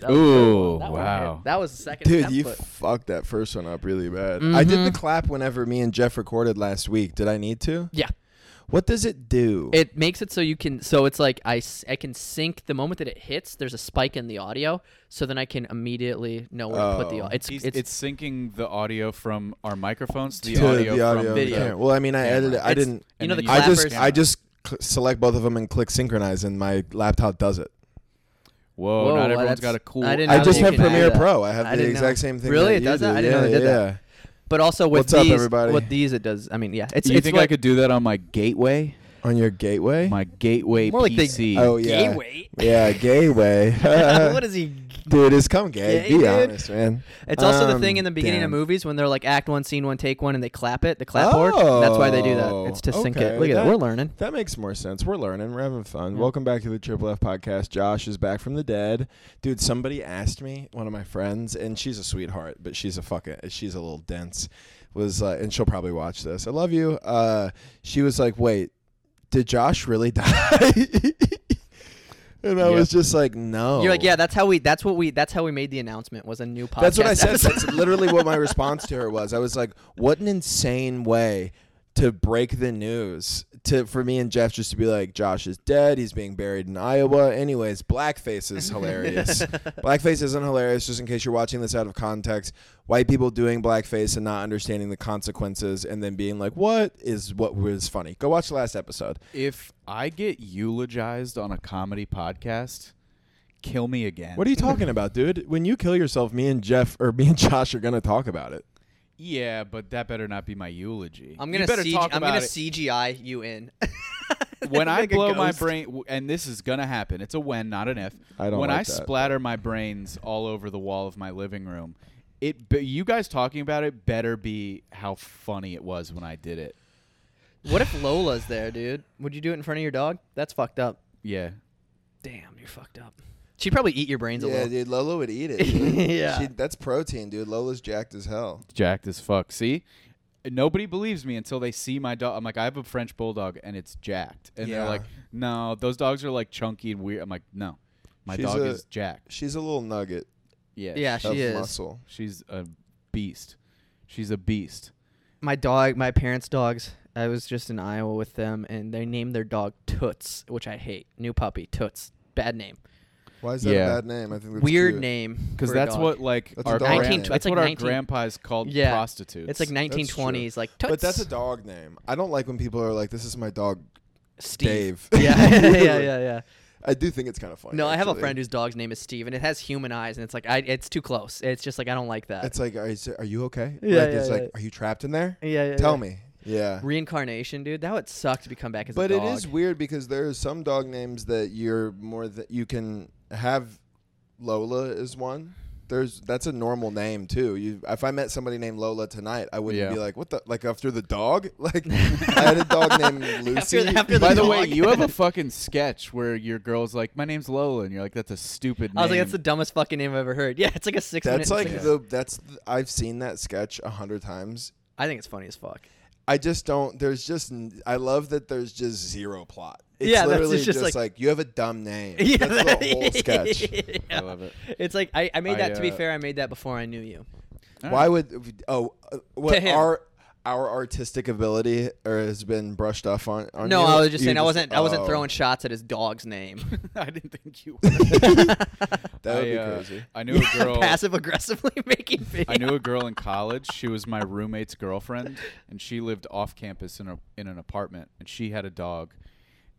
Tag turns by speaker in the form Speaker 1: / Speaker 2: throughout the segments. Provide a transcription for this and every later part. Speaker 1: That was the third
Speaker 2: Ooh,
Speaker 1: one. That one
Speaker 2: wow.
Speaker 1: hit. that was the second.
Speaker 3: Dude,
Speaker 1: step
Speaker 3: you
Speaker 1: foot.
Speaker 3: fucked that first one up really bad. I did the
Speaker 2: Mhm.
Speaker 3: clap whenever me and Jeff recorded last week. Did I need to?
Speaker 1: Yeah.
Speaker 3: What does it do?
Speaker 1: It makes it so you can. So it's like I, s- I can sync the moment that it hits. There's a spike in the audio, so then I can immediately know where to put the.
Speaker 3: Oh.
Speaker 1: au- It's
Speaker 4: He's-
Speaker 1: it's,
Speaker 4: it's, syncing the audio from our microphones to the,
Speaker 3: To
Speaker 4: audio,
Speaker 3: of
Speaker 4: from
Speaker 3: the
Speaker 1: video.
Speaker 3: camera. Well, I mean, I
Speaker 4: Camera.
Speaker 3: edited. I
Speaker 1: it's-
Speaker 3: didn't.
Speaker 1: You
Speaker 4: and
Speaker 1: know the
Speaker 4: then
Speaker 3: I
Speaker 4: you
Speaker 3: just
Speaker 1: clappers.
Speaker 3: I just cl- select both of them and click synchronize, and my laptop does it.
Speaker 4: Whoa,
Speaker 1: Whoa,
Speaker 4: not
Speaker 1: that's-
Speaker 4: everyone's got a cool.
Speaker 1: I didn't
Speaker 3: I
Speaker 1: know
Speaker 3: just
Speaker 1: that
Speaker 3: have
Speaker 1: you can do
Speaker 3: Premiere
Speaker 1: that.
Speaker 3: Pro. I have
Speaker 1: I
Speaker 3: the
Speaker 1: didn't
Speaker 3: exact
Speaker 1: know.
Speaker 3: same thing.
Speaker 1: Really?
Speaker 3: that
Speaker 1: It
Speaker 3: you
Speaker 1: does that?
Speaker 3: do.
Speaker 1: I didn't
Speaker 3: yeah,
Speaker 1: know they did
Speaker 3: yeah.
Speaker 1: that. But also with
Speaker 3: What's up,
Speaker 1: these,
Speaker 3: everybody?
Speaker 1: with these it does. I mean, yeah, it's.
Speaker 4: you
Speaker 1: it's
Speaker 4: think
Speaker 1: like,
Speaker 4: I could do that on my gateway?
Speaker 3: On your gateway?
Speaker 4: My gateway
Speaker 1: More like the-
Speaker 4: PC.
Speaker 3: oh yeah.
Speaker 1: Gateway?
Speaker 3: Yeah, gateway.
Speaker 1: what is he?
Speaker 3: Dude, it's come gay.
Speaker 1: Gay,
Speaker 3: Be
Speaker 1: dude.
Speaker 3: honest, man.
Speaker 1: It's also the
Speaker 3: Um,
Speaker 1: thing in the beginning
Speaker 3: damn.
Speaker 1: of movies when they're like act one, scene one, take one, and they clap it, the clapboard. That's why they do that. It's to sync
Speaker 3: okay.
Speaker 1: it. Look at that.
Speaker 3: That-
Speaker 1: We're learning.
Speaker 3: That makes more sense. We're learning. We're having fun. Welcome back to the Triple F podcast. Josh is back from the dead. Dude, somebody asked me, one of my friends, and she's a sweetheart, but she's a fucking, she's a little dense. Was uh, and she'll probably watch this. I love you. Uh, she was like, "Wait, did Josh really die?" and I
Speaker 4: Yep.
Speaker 3: was just like, "No."
Speaker 1: You're like, yeah, that's how we. That's what we. That's how we made the announcement. Was a new podcast.
Speaker 3: Oh. That's what I said.
Speaker 1: episode.
Speaker 3: That's literally what my response to her was. I was like, "What an insane way to break the news to for me and Jeff just to be like, Josh is dead. He's being buried in Iowa. Anyways, blackface is hilarious. blackface isn't hilarious. Just in case you're watching this out of context, white people doing blackface and not understanding the consequences, and then being like, "What is what was funny?" Go watch the last episode.
Speaker 4: If I get eulogized on a comedy podcast, kill me again.
Speaker 3: What are you talking about, dude? When you kill yourself, me and Jeff or me and Josh are gonna talk about it.
Speaker 4: Yeah, but that better not be my eulogy.
Speaker 1: I'm
Speaker 4: You
Speaker 1: gonna.
Speaker 4: better
Speaker 1: CG,
Speaker 4: talk
Speaker 1: I'm
Speaker 4: about
Speaker 1: gonna
Speaker 4: it.
Speaker 1: CGI you in.
Speaker 4: when I
Speaker 1: Like a
Speaker 4: blow my
Speaker 1: ghost.
Speaker 4: brain, w- and this is gonna happen. It's a when, not an if.
Speaker 3: I don't
Speaker 4: When
Speaker 3: like
Speaker 4: I
Speaker 3: that.
Speaker 4: splatter my brains all over the wall of my living room, it. But you guys talking about it better be how funny it was when I did it.
Speaker 1: What if Lola's there, dude? Would you do it in front of your dog? That's fucked up.
Speaker 4: Yeah.
Speaker 1: Damn, you're fucked up. She'd probably eat your brains a
Speaker 3: Yeah,
Speaker 1: little.
Speaker 3: dude, Lola would eat it. dude.
Speaker 1: Yeah.
Speaker 3: she, that's protein, dude. Lola's jacked as hell.
Speaker 4: jacked as fuck. See, nobody believes me until they see my dog. I'm like, I have a French bulldog and it's jacked, and
Speaker 3: Yeah.
Speaker 4: they're like, No, those dogs are like chunky and weird. I'm like, No, my
Speaker 3: She's
Speaker 4: dog
Speaker 3: a-
Speaker 4: is jacked.
Speaker 3: She's a little nugget
Speaker 4: Yeah,
Speaker 1: Yeah,
Speaker 3: of
Speaker 1: she is.
Speaker 3: muscle.
Speaker 4: she's a beast. She's a beast.
Speaker 1: my dog, my parents' dogs. I was just in Iowa with them, and they named their dog Toots, which I hate. New puppy, Toots, bad name,
Speaker 3: Why is that
Speaker 4: Yeah.
Speaker 3: a bad name? I think that's
Speaker 1: weird
Speaker 3: cute.
Speaker 1: name.
Speaker 4: Because
Speaker 1: for a
Speaker 4: that's
Speaker 1: dog.
Speaker 4: what like
Speaker 3: That's a
Speaker 4: our
Speaker 3: dog
Speaker 4: gran-
Speaker 3: name. 19
Speaker 4: that's
Speaker 1: it's like
Speaker 4: what our
Speaker 1: 19
Speaker 4: grandpas called
Speaker 1: Yeah.
Speaker 4: prostitutes.
Speaker 1: It's like 1920s, like Toots.
Speaker 3: But that's a dog name. I don't like when people are like, "This is my dog,
Speaker 1: Steve.
Speaker 3: Dave."
Speaker 1: Yeah, yeah, yeah, yeah, yeah.
Speaker 3: I do think it's kind of funny.
Speaker 1: No, I have a
Speaker 3: actually.
Speaker 1: friend whose dog's name is Steve, and it has human eyes, and it's like I, it's too close. It's just like I don't like that.
Speaker 3: It's like, "Are you, are you okay?"
Speaker 1: Yeah,
Speaker 3: like, it's
Speaker 1: yeah,
Speaker 3: like,
Speaker 1: yeah.
Speaker 3: "Are you trapped in there?"
Speaker 1: yeah, yeah.
Speaker 3: Tell
Speaker 1: yeah.
Speaker 3: me. Yeah.
Speaker 1: Reincarnation, dude. That would suck to become back as
Speaker 3: But
Speaker 1: a
Speaker 3: it
Speaker 1: dog.
Speaker 3: is weird because there are some dog names that you're more that you can have. Lola is one. There's that's a normal name too. You, if I met somebody named Lola tonight, I wouldn't
Speaker 4: Yeah.
Speaker 3: be like, what the like after the dog. Like I had a dog named Lucy.
Speaker 1: after
Speaker 4: By
Speaker 1: the
Speaker 4: the way,
Speaker 1: dog.
Speaker 4: you have a fucking sketch where your girl's like, "My name's Lola," and you're like, "That's a stupid."
Speaker 1: I was like,
Speaker 4: name."
Speaker 1: that's the dumbest fucking name I've ever heard. Yeah, it's like a six.
Speaker 3: that's
Speaker 1: minute,
Speaker 3: like
Speaker 1: it's
Speaker 3: the that's the, I've seen that sketch a hundred times.
Speaker 1: I think it's funny as fuck.
Speaker 3: I just don't. There's just n- I love that there's just zero plot. It's
Speaker 1: Yeah, that's-
Speaker 3: literally
Speaker 1: it's just like-
Speaker 3: you have a dumb name.
Speaker 1: Yeah,
Speaker 3: that's the whole sketch.
Speaker 4: I love it.
Speaker 1: It's like I, I made
Speaker 4: I,
Speaker 1: that. to be
Speaker 4: uh,
Speaker 1: fair, I made that before I knew you.
Speaker 4: All
Speaker 3: Why
Speaker 4: right.
Speaker 3: would oh uh, what
Speaker 1: To him.
Speaker 3: our our artistic ability or has been brushed off on? on
Speaker 1: No,
Speaker 3: you?
Speaker 1: I was just
Speaker 3: You
Speaker 1: saying I wasn't. I wasn't
Speaker 3: oh,
Speaker 1: throwing shots at his dog's name.
Speaker 4: I didn't think you.
Speaker 3: That would
Speaker 4: I,
Speaker 3: be
Speaker 4: uh,
Speaker 3: crazy.
Speaker 4: I knew a girl.
Speaker 1: Passive aggressively making videos.
Speaker 4: I knew a girl in college. She was my roommate's girlfriend, and she lived off campus in a in an apartment. And she had a dog,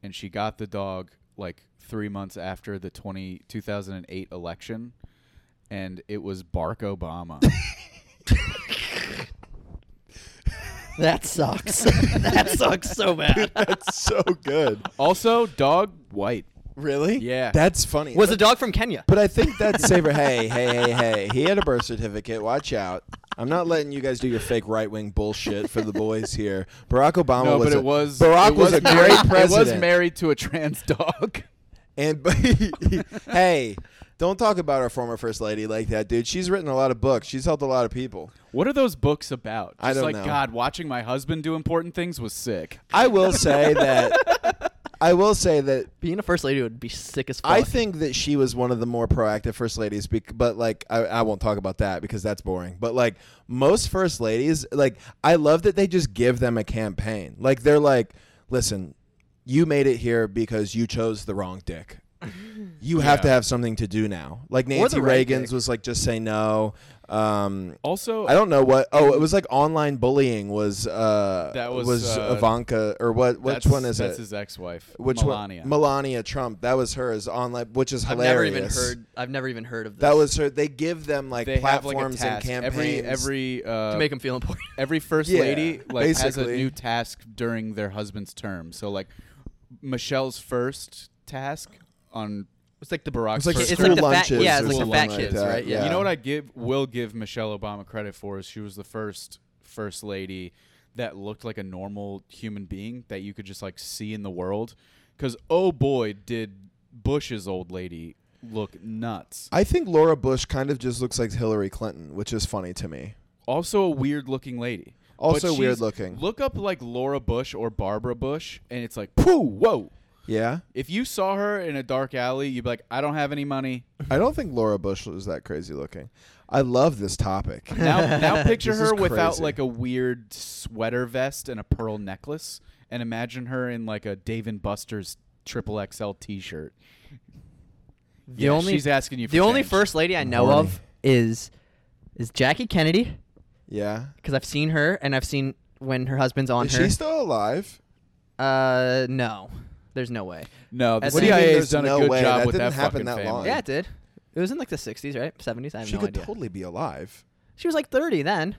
Speaker 4: and she got the dog like three months after the 20, 2008 election, and it was Barack Obama.
Speaker 1: That sucks. that sucks so bad.
Speaker 3: That's so good.
Speaker 4: also, dog white.
Speaker 3: Really?
Speaker 4: Yeah.
Speaker 3: That's funny.
Speaker 1: Was
Speaker 3: but,
Speaker 1: a dog from Kenya?
Speaker 3: But I think that's Saber. hey, hey, hey, hey. He had a birth certificate. Watch out. I'm not letting you guys do your fake right wing bullshit for the boys here. Barack Obama
Speaker 4: no,
Speaker 3: was
Speaker 4: but
Speaker 3: a,
Speaker 4: it was
Speaker 3: Barack
Speaker 4: it
Speaker 3: was, a
Speaker 4: married-
Speaker 3: great president.
Speaker 4: It was married to a trans dog.
Speaker 3: And but hey, don't talk about our former first lady like that, dude. She's written a lot of books. She's helped a lot of people.
Speaker 4: What are those books about? Just
Speaker 3: I don't
Speaker 4: like
Speaker 3: know.
Speaker 4: God, watching my husband do important things was sick.
Speaker 3: I will say that I will say that
Speaker 1: Being a first lady would be sick as fuck.
Speaker 3: I think that she was one of the more proactive first ladies, bec- but like I, I won't talk about that because that's boring. But like most first ladies, like I love that they just give them a campaign. Like they're like, listen, you made it here because you chose the wrong dick. You have
Speaker 4: Yeah.
Speaker 3: to have something to do now. Like
Speaker 1: the
Speaker 3: Nancy
Speaker 1: right
Speaker 3: Reagan's
Speaker 1: dick.
Speaker 3: was like, just say no. Um,
Speaker 4: Also,
Speaker 3: I don't know what. Oh, it was like online bullying was uh,
Speaker 4: That was,
Speaker 3: was
Speaker 4: uh,
Speaker 3: Ivanka or what? Which
Speaker 4: that's-
Speaker 3: one is
Speaker 4: that's
Speaker 3: it?
Speaker 4: his ex-wife,
Speaker 3: Which
Speaker 4: Melania.
Speaker 3: one? Melania Trump. That was hers online, which is
Speaker 1: I've
Speaker 3: hilarious.
Speaker 1: never even heard. I've never even heard of this.
Speaker 3: That was her. They give them like
Speaker 4: They have like a
Speaker 3: platforms
Speaker 4: task.
Speaker 3: and
Speaker 4: Every
Speaker 3: campaigns.
Speaker 4: every uh,
Speaker 1: to make him feel important.
Speaker 4: every first
Speaker 3: Yeah,
Speaker 4: lady like has a
Speaker 3: basically.
Speaker 4: new task during their husband's term. So like Michelle's first task on
Speaker 1: It's like the
Speaker 4: Barack's
Speaker 3: It's like
Speaker 4: first
Speaker 1: it's like
Speaker 3: school
Speaker 1: the
Speaker 4: term.
Speaker 1: fat-
Speaker 3: lunches
Speaker 1: yeah,
Speaker 3: or
Speaker 1: it's like the
Speaker 3: something
Speaker 1: fat
Speaker 3: like
Speaker 1: kids,
Speaker 3: that,
Speaker 1: right? Yeah.
Speaker 4: You know
Speaker 3: yeah.
Speaker 4: what I give will give Michelle Obama credit for is she was the first first lady that looked like a normal human being that you could just like see in the world. Because oh boy, did Bush's old lady look nuts.
Speaker 3: I think Laura Bush kind of just looks like Hillary Clinton, which is funny to me.
Speaker 4: Also a weird looking lady. But
Speaker 3: Also
Speaker 4: she's-
Speaker 3: weird looking.
Speaker 4: Look up like Laura Bush or Barbara Bush, and it's like, poo, whoa.
Speaker 3: Yeah,
Speaker 4: If you saw her in a dark alley, you'd be like, I don't have any money.
Speaker 3: I don't think Laura Bush was that crazy looking. I love this topic.
Speaker 4: Now, now picture
Speaker 3: This
Speaker 4: her
Speaker 3: is
Speaker 4: without
Speaker 3: crazy.
Speaker 4: like a weird sweater vest and a pearl necklace, and imagine her in like a Dave and Buster's triple XL T-shirt.
Speaker 1: The
Speaker 4: Yeah,
Speaker 1: only
Speaker 4: she's asking you. For
Speaker 1: the only
Speaker 4: change.
Speaker 1: first lady I know
Speaker 3: Horny.
Speaker 1: of is is Jackie Kennedy
Speaker 3: Yeah,
Speaker 1: because I've seen her and I've seen when her husband's on
Speaker 3: is
Speaker 1: her.
Speaker 3: she still alive?
Speaker 1: uh, no, there's no way.
Speaker 4: No, the
Speaker 1: What do you mean
Speaker 4: CIA has
Speaker 3: there's
Speaker 4: done
Speaker 3: no
Speaker 4: a good
Speaker 3: way?
Speaker 4: job
Speaker 3: That
Speaker 4: with
Speaker 3: didn't
Speaker 4: that
Speaker 3: happen
Speaker 4: fucking
Speaker 3: that
Speaker 4: family.
Speaker 3: long.
Speaker 1: Yeah, it did. It was in like the 60s, right? 70s. I have
Speaker 3: She
Speaker 1: no
Speaker 3: could
Speaker 1: idea.
Speaker 3: totally be alive.
Speaker 1: she was like 30 then.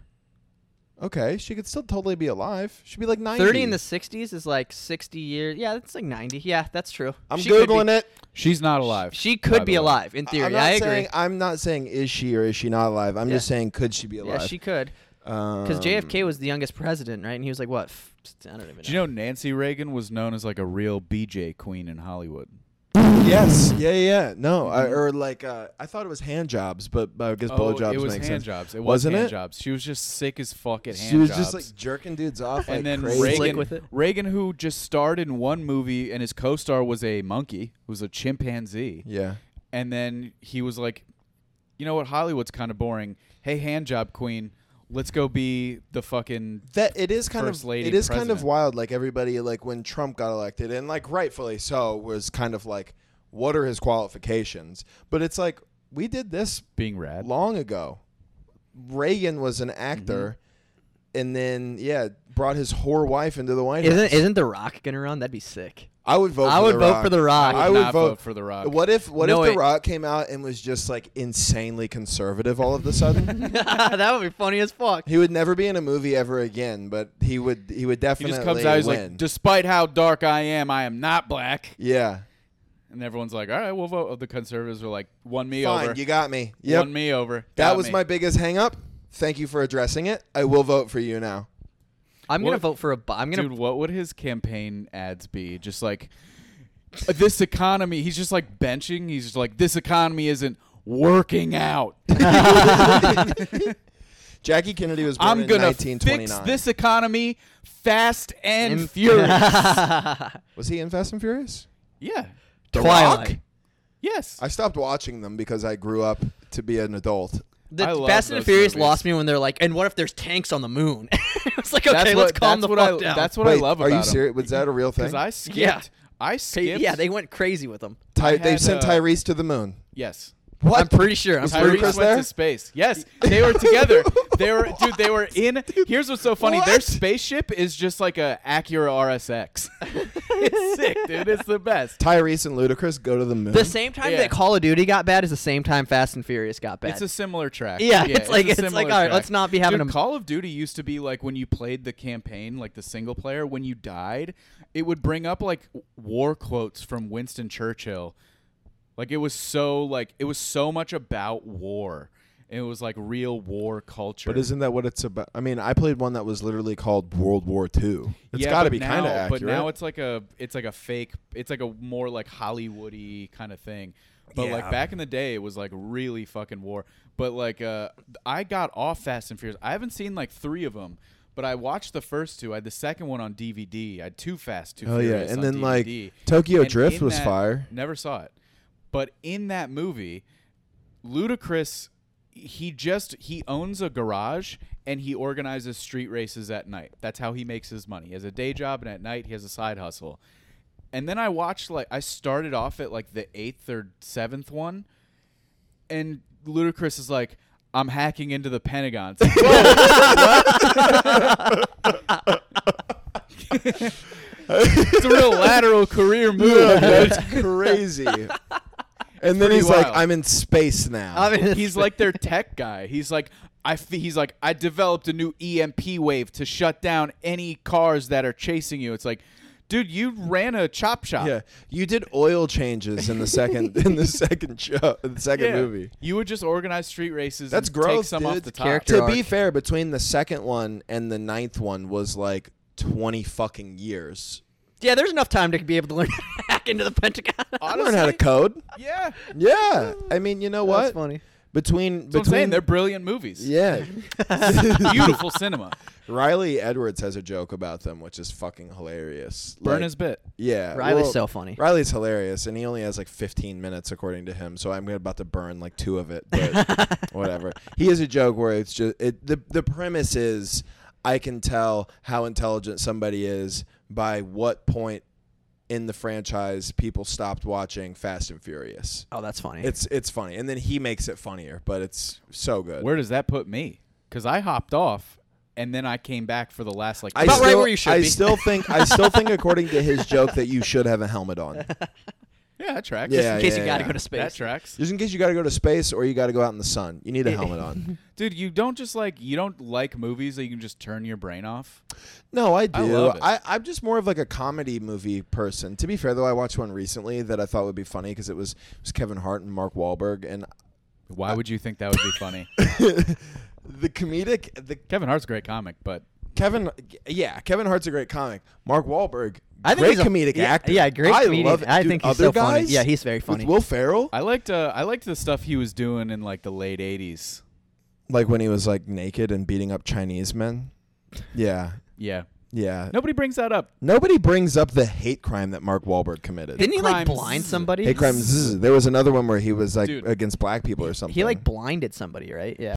Speaker 3: Okay, she could still totally be alive. She'd be like ninety.
Speaker 1: 30 in the 60s is like 60 years. Yeah, that's like 90. Yeah, that's true.
Speaker 3: I'm
Speaker 1: She could be-
Speaker 3: googling it.
Speaker 4: She's not alive.
Speaker 1: She
Speaker 4: by
Speaker 1: could be
Speaker 4: the way.
Speaker 1: alive in theory.
Speaker 3: I'm not
Speaker 1: I agree.
Speaker 3: Saying, I'm not saying is she or is she not alive. I'm
Speaker 1: Yeah.
Speaker 3: just saying could she be alive? Um,
Speaker 1: yeah, she could. Because
Speaker 3: Because
Speaker 1: JFK was the youngest president, right? And he was like, what? F- I don't even know.
Speaker 4: Do you know Nancy Reagan was known as like a real BJ queen in Hollywood?
Speaker 3: Yes. Yeah. yeah, Yeah. No.
Speaker 1: Mm-hmm.
Speaker 3: I, or like uh, I thought it was hand jobs, but uh, I guess
Speaker 4: oh,
Speaker 3: blowjobs
Speaker 4: it was hand
Speaker 3: makes sense.
Speaker 4: jobs. It was
Speaker 3: Wasn't
Speaker 4: hand
Speaker 3: it?
Speaker 4: jobs. She was just sick as fuck at hand
Speaker 3: She was
Speaker 4: jobs.
Speaker 3: just like jerking dudes off, like
Speaker 4: and then
Speaker 3: crazy.
Speaker 1: Slick
Speaker 4: Reagan,
Speaker 1: with it.
Speaker 4: Reagan, who just starred in one movie, and his co-star was a monkey, who was a chimpanzee,
Speaker 3: Yeah.
Speaker 4: and then he was like, "You know what? Hollywood's kind of boring. Hey, hand job queen, let's go be the fucking
Speaker 3: That it is kind
Speaker 4: First
Speaker 3: of
Speaker 4: lady
Speaker 3: it is kind of
Speaker 4: president.
Speaker 3: wild. Like everybody, like when Trump got elected, and like rightfully so, was kind of like, what are his qualifications? But it's like we did this
Speaker 4: being rad."
Speaker 3: long ago. Reagan was an actor,
Speaker 4: Mm-hmm.
Speaker 3: and then yeah, brought his whore wife into the White House.
Speaker 1: Isn't isn't The Rock gonna run? That'd be sick.
Speaker 3: I would vote.
Speaker 1: I
Speaker 3: for
Speaker 1: would
Speaker 3: the
Speaker 1: vote
Speaker 3: Rock.
Speaker 1: for The Rock.
Speaker 4: I
Speaker 3: I
Speaker 4: would
Speaker 3: would
Speaker 4: not vote for The Rock.
Speaker 3: What if what
Speaker 1: No,
Speaker 3: if
Speaker 1: wait.
Speaker 3: The Rock came out and was just like insanely conservative all of a sudden?
Speaker 1: that would be funny as fuck.
Speaker 3: he would never be in a movie ever again, but he would he would
Speaker 4: He
Speaker 3: definitely
Speaker 4: just comes out. He's
Speaker 3: win.
Speaker 4: like, "Despite how dark I am, I am not black."
Speaker 3: yeah,
Speaker 4: And everyone's like, "All right, we'll vote." Oh, The conservatives were like, "Won me
Speaker 3: fine,
Speaker 4: over.
Speaker 3: you got me. Yep,
Speaker 4: Won me over."
Speaker 3: that
Speaker 4: Got
Speaker 3: was
Speaker 4: me.
Speaker 3: my biggest hang up. Thank you for addressing it. I will vote for you now.
Speaker 1: I'm gonna
Speaker 4: What-
Speaker 1: vote for a. bu- I'm gonna.
Speaker 4: Dude, what would his campaign ads be? Just like this economy. He's just like benching. He's just like this economy isn't working out.
Speaker 3: Jackie Kennedy was born
Speaker 4: I'm
Speaker 3: in
Speaker 4: gonna fix
Speaker 3: 1929.
Speaker 4: this economy fast and
Speaker 1: And-
Speaker 4: furious.
Speaker 3: Was he in Fast and Furious?
Speaker 4: yeah.
Speaker 1: Twilight.
Speaker 3: Rock?
Speaker 4: Yes.
Speaker 3: I stopped watching them because I grew up to be an adult.
Speaker 1: The
Speaker 4: I love
Speaker 1: Fast and the
Speaker 4: those
Speaker 1: Furious
Speaker 4: movies.
Speaker 1: lost me when they're like, and what if there's tanks on the moon? it's like, okay,
Speaker 4: that's
Speaker 1: let's
Speaker 4: what,
Speaker 1: calm
Speaker 4: that's
Speaker 1: the
Speaker 4: what
Speaker 1: fuck
Speaker 4: I,
Speaker 1: down.
Speaker 4: That's what
Speaker 3: Wait,
Speaker 4: I love
Speaker 3: Are
Speaker 4: about
Speaker 3: you serious? Was that a real thing?
Speaker 4: Because I skipped.
Speaker 1: Yeah.
Speaker 4: I
Speaker 1: Ty-
Speaker 4: skipped.
Speaker 1: yeah, they went crazy with them.
Speaker 3: Ty-
Speaker 4: I
Speaker 3: they've
Speaker 4: had,
Speaker 3: sent
Speaker 4: uh,
Speaker 3: Tyrese to the moon.
Speaker 4: Yes.
Speaker 3: What?
Speaker 1: I'm pretty sure. I'm
Speaker 3: Was
Speaker 1: pretty sure.
Speaker 4: Tyrese went
Speaker 3: Lucas there?
Speaker 4: to space. Yes, they were together. They were, dude. They were in. Here's what's so funny: their
Speaker 3: What?
Speaker 4: spaceship is just like a Acura RSX. it's sick, dude. It's the best.
Speaker 3: Tyrese and Ludacris go to the moon.
Speaker 1: The same time
Speaker 4: Yeah.
Speaker 1: that Call of Duty got bad is the same time Fast and Furious got bad.
Speaker 4: It's a similar track.
Speaker 1: Yeah, it's like-
Speaker 4: a
Speaker 1: it's like,
Speaker 4: similar
Speaker 1: all right,
Speaker 4: track.
Speaker 1: let's not be having
Speaker 4: Dude,
Speaker 1: a-
Speaker 4: Call of Duty used to be like when you played the campaign, like the single player. When you died, it would bring up like war quotes from Winston Churchill. Like it was so like it was so much about war. It was like real war culture.
Speaker 3: But isn't that what it's about? I mean, I played one that was literally called World War II. It's
Speaker 4: Yeah,
Speaker 3: got to
Speaker 4: but
Speaker 3: be kind of
Speaker 4: now-
Speaker 3: accurate.
Speaker 4: But now it's like a it's like a fake it's like a more like Hollywoody kind of thing. But like
Speaker 3: Yeah.
Speaker 4: back in the day, it was like really fucking war. But like uh, I got off Fast and Furious. I haven't seen like three of them. But I watched the first two. I had the second one on DVD. I had Too Fast, Too
Speaker 3: Oh, yeah.
Speaker 4: Furious
Speaker 3: And
Speaker 4: on
Speaker 3: then, like,
Speaker 4: DVD.
Speaker 3: Tokyo
Speaker 4: And
Speaker 3: Drift
Speaker 4: in
Speaker 3: was
Speaker 4: that-
Speaker 3: fire.
Speaker 4: Never saw it. But in that movie, Ludacris he just he owns a garage and he organizes street races at night. That's how he makes his money. He has a day job and at night he has a side hustle. And then I watched like I started off at like the 8th or 7th one and Ludacris is like I'm hacking into the Pentagon. It's like, "Whoa, it's a real lateral career move.
Speaker 3: Yeah,
Speaker 4: dude.
Speaker 3: that's crazy. And then
Speaker 4: pretty
Speaker 3: he's like,
Speaker 4: wild.
Speaker 3: "I'm in space now."
Speaker 1: I mean,
Speaker 4: he's like their tech guy. He's like, I f- he's like, I developed a new EMP wave to shut down any cars that are chasing you. It's like, dude, you ran a chop shop.
Speaker 3: yeah, you did oil changes in the second in the second show, the second
Speaker 4: Yeah.
Speaker 3: movie.
Speaker 4: You would just organize street races.
Speaker 3: That's
Speaker 4: and Take
Speaker 3: growth,
Speaker 4: some
Speaker 3: dude.
Speaker 4: off the top.
Speaker 1: Character.
Speaker 3: To be
Speaker 1: arc.
Speaker 3: fair, between the second one and the ninth one was like twenty fucking years.
Speaker 1: yeah, there's enough time to be able to learn how to hack into the Pentagon.
Speaker 3: I learned how to code.
Speaker 4: Yeah, that's
Speaker 3: Yeah, I mean, you know
Speaker 1: That's
Speaker 3: what?
Speaker 1: funny.
Speaker 3: Between
Speaker 4: what I'm saying.
Speaker 3: between
Speaker 4: They're brilliant movies.
Speaker 3: yeah,
Speaker 4: Beautiful cinema.
Speaker 3: Riley Edwards has a joke about them, which is fucking hilarious.
Speaker 4: Burn
Speaker 3: Like,
Speaker 4: his bit.
Speaker 3: yeah.
Speaker 1: Riley's
Speaker 3: Uh, well,
Speaker 1: so funny.
Speaker 3: Riley's hilarious, and he only has like 15 minutes according to him. So I'm about to burn like two of it, but whatever. He has a joke where it's just it, the the premise is I can tell how intelligent somebody is by what point in the franchise people stopped watching Fast and Furious.
Speaker 1: Oh, that's funny.
Speaker 3: It's it's funny, and then he makes it funnier, but it's so good.
Speaker 4: Where does that put me? Because I hopped off and then I came back for the last like.
Speaker 3: I
Speaker 1: About
Speaker 3: still,
Speaker 1: right where you should
Speaker 3: I
Speaker 1: be.
Speaker 3: still think I still think according to his joke that you should have a helmet on.
Speaker 4: yeah, that tracks.
Speaker 1: just
Speaker 3: yeah,
Speaker 1: in case
Speaker 3: yeah,
Speaker 1: you gotta
Speaker 3: yeah.
Speaker 1: go to
Speaker 4: That
Speaker 1: space.
Speaker 4: tracks.
Speaker 3: Just in case you got to go to space or you got to go out in the sun, you need a helmet on.
Speaker 4: Dude, you don't just like you don't like movies that you can just turn your brain off.
Speaker 3: No, I do.
Speaker 4: I love it.
Speaker 3: I, am just more of like a comedy movie person. To be fair, though, I watched one recently that I thought would be funny because it was it was Kevin Hart and Mark Wahlberg, and
Speaker 4: Why would you think that would be funny?
Speaker 3: the comedic the
Speaker 4: Kevin Hart's a great comic, but
Speaker 3: Kevin, yeah, Kevin Hart's a great comic. Mark Wahlberg,
Speaker 1: I think
Speaker 3: great
Speaker 1: he's a-
Speaker 3: comedic
Speaker 1: yeah,
Speaker 3: actor.
Speaker 1: yeah, great
Speaker 3: I
Speaker 1: comedian.
Speaker 3: Love it.
Speaker 1: I
Speaker 3: Dude,
Speaker 1: think he's
Speaker 3: other
Speaker 1: so funny.
Speaker 3: guys
Speaker 1: Yeah, he's very funny.
Speaker 3: With Will Ferrell,
Speaker 4: I liked uh, I liked the stuff he was doing in like the late '80s.
Speaker 3: like when he was like naked and beating up Chinese men. Yeah,
Speaker 4: Yeah,
Speaker 3: yeah.
Speaker 4: nobody brings that up.
Speaker 3: Nobody brings up the hate crime that Mark Wahlberg committed.
Speaker 1: Didn't he like
Speaker 4: crimes.
Speaker 1: blind somebody?
Speaker 3: Hate crime. zzz. There was another one where he was like
Speaker 4: Dude.
Speaker 3: against black people or something.
Speaker 1: He like blinded somebody, right? Yeah.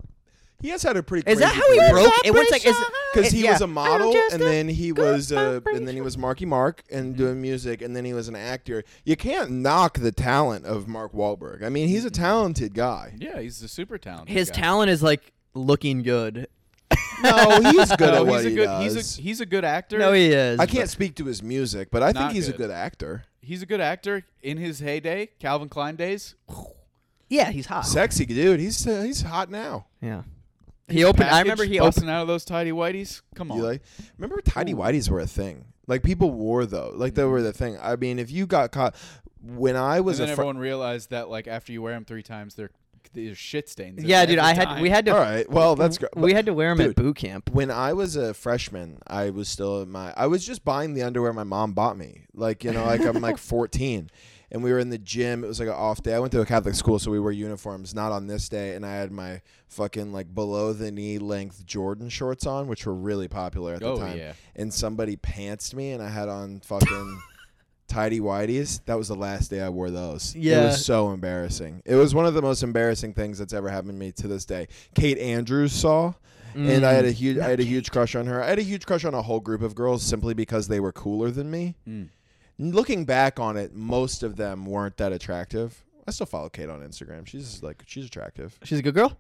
Speaker 3: he has had a pretty.
Speaker 1: Is that
Speaker 3: crazy
Speaker 1: how he
Speaker 3: career.
Speaker 1: broke? It was like is
Speaker 3: Because
Speaker 1: it-
Speaker 3: he
Speaker 1: yeah.
Speaker 3: was a model,
Speaker 1: just
Speaker 3: and
Speaker 1: a
Speaker 3: then he
Speaker 1: good Mm-hmm.
Speaker 3: was, uh, and then he
Speaker 1: vibration.
Speaker 3: was Marky Mark, and doing music, and then he was an actor. You can't knock the talent of Mark Wahlberg. I mean, he's a talented guy.
Speaker 4: Yeah, he's a super talented.
Speaker 1: His
Speaker 4: guy.
Speaker 1: talent is like looking good. Oh,
Speaker 3: No, he's good
Speaker 4: No,
Speaker 3: at what
Speaker 4: he's a
Speaker 3: he
Speaker 4: good.
Speaker 3: does.
Speaker 4: He's a he's a good actor.
Speaker 1: No, he is.
Speaker 3: I can't speak to his music, but I think
Speaker 4: Not
Speaker 3: he's a
Speaker 4: good.
Speaker 3: good actor.
Speaker 4: he's a good actor in his heyday, Calvin Klein days.
Speaker 1: Yeah, he's hot.
Speaker 3: Sexy dude. He's uh, he's hot now.
Speaker 1: Yeah. He opened. I remember
Speaker 4: Package
Speaker 1: he
Speaker 4: busting
Speaker 1: opened.
Speaker 4: out of those tidy whities. Come on,
Speaker 3: You like remember tidy whities were a thing. Like people wore those. Like they were the thing. I mean, if you got caught when I
Speaker 4: Mm-hmm. and
Speaker 3: was
Speaker 4: then
Speaker 3: a fr-
Speaker 4: everyone realized that like after you wear them three times, they're, they're shit stains.
Speaker 1: Yeah, dude. I
Speaker 4: Every
Speaker 1: had.
Speaker 4: time.
Speaker 1: We had to.
Speaker 3: All right. Well, that's great.
Speaker 1: We had to wear him
Speaker 3: Dude.
Speaker 1: at boot camp.
Speaker 3: when I was a freshman, I was still in my I was just buying the underwear my mom bought me. Like, you know, like I'm like 14 and we were in the gym. It was like an off day. I went to a Catholic school, so we wore uniforms, not on this day, and I had my fucking like below the knee length Jordan shorts on, which were really popular at the
Speaker 4: Oh,
Speaker 3: time.
Speaker 4: yeah.
Speaker 3: And somebody pantsed me and I had on fucking Tidy whities. That was the last day I wore those. It
Speaker 1: Yeah.
Speaker 3: was so embarrassing. It was one of the most embarrassing things that's ever happened to me to this day. Kate Andrews saw, and I had
Speaker 1: Mm.
Speaker 3: a huge, I had a huge crush on her. I had a huge crush on a whole group of girls simply because they were cooler than me.
Speaker 1: Mm.
Speaker 3: Looking back on it, most of them weren't that attractive. I still follow Kate on Instagram. She's like, she's attractive.
Speaker 1: She's a good
Speaker 3: Oh
Speaker 1: girl.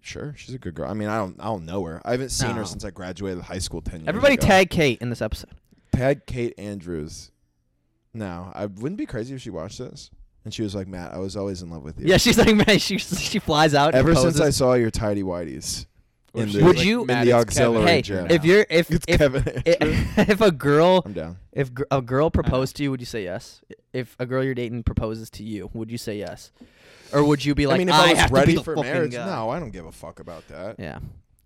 Speaker 3: Sure, she's a good girl. I mean, I don't, I don't know her. I haven't seen her
Speaker 1: No.
Speaker 3: since I graduated high school ten years
Speaker 1: Everybody
Speaker 3: ago.
Speaker 1: tag Kate in this episode.
Speaker 3: Tag Kate Andrews. No, I wouldn't be crazy if she watched this. And she was like, Matt, I was always in love with you.
Speaker 1: Yeah, she's like man, she she flies out. and
Speaker 3: Ever since I
Speaker 1: poses.
Speaker 3: saw your tidy whities.
Speaker 4: Or
Speaker 3: in
Speaker 4: she
Speaker 3: the-
Speaker 4: was
Speaker 1: Would you- in
Speaker 4: "Matt,
Speaker 3: the
Speaker 4: it's Kevin
Speaker 3: auxiliary
Speaker 1: hey,
Speaker 4: Andrews
Speaker 3: gym.
Speaker 4: now."
Speaker 1: if you're if
Speaker 3: It's
Speaker 1: if
Speaker 3: Kevin Andrews.
Speaker 1: if, if a girl
Speaker 3: I'm down.
Speaker 1: if gr- a girl proposed to you, would you say yes? If a girl you're dating proposes to you, would you say yes? Or would you be like,
Speaker 3: I mean, if I, was
Speaker 1: have to be
Speaker 3: ready
Speaker 1: the
Speaker 3: for
Speaker 1: fucking
Speaker 3: marriage,
Speaker 1: guy?
Speaker 3: no, I don't give a fuck about that.
Speaker 1: Yeah.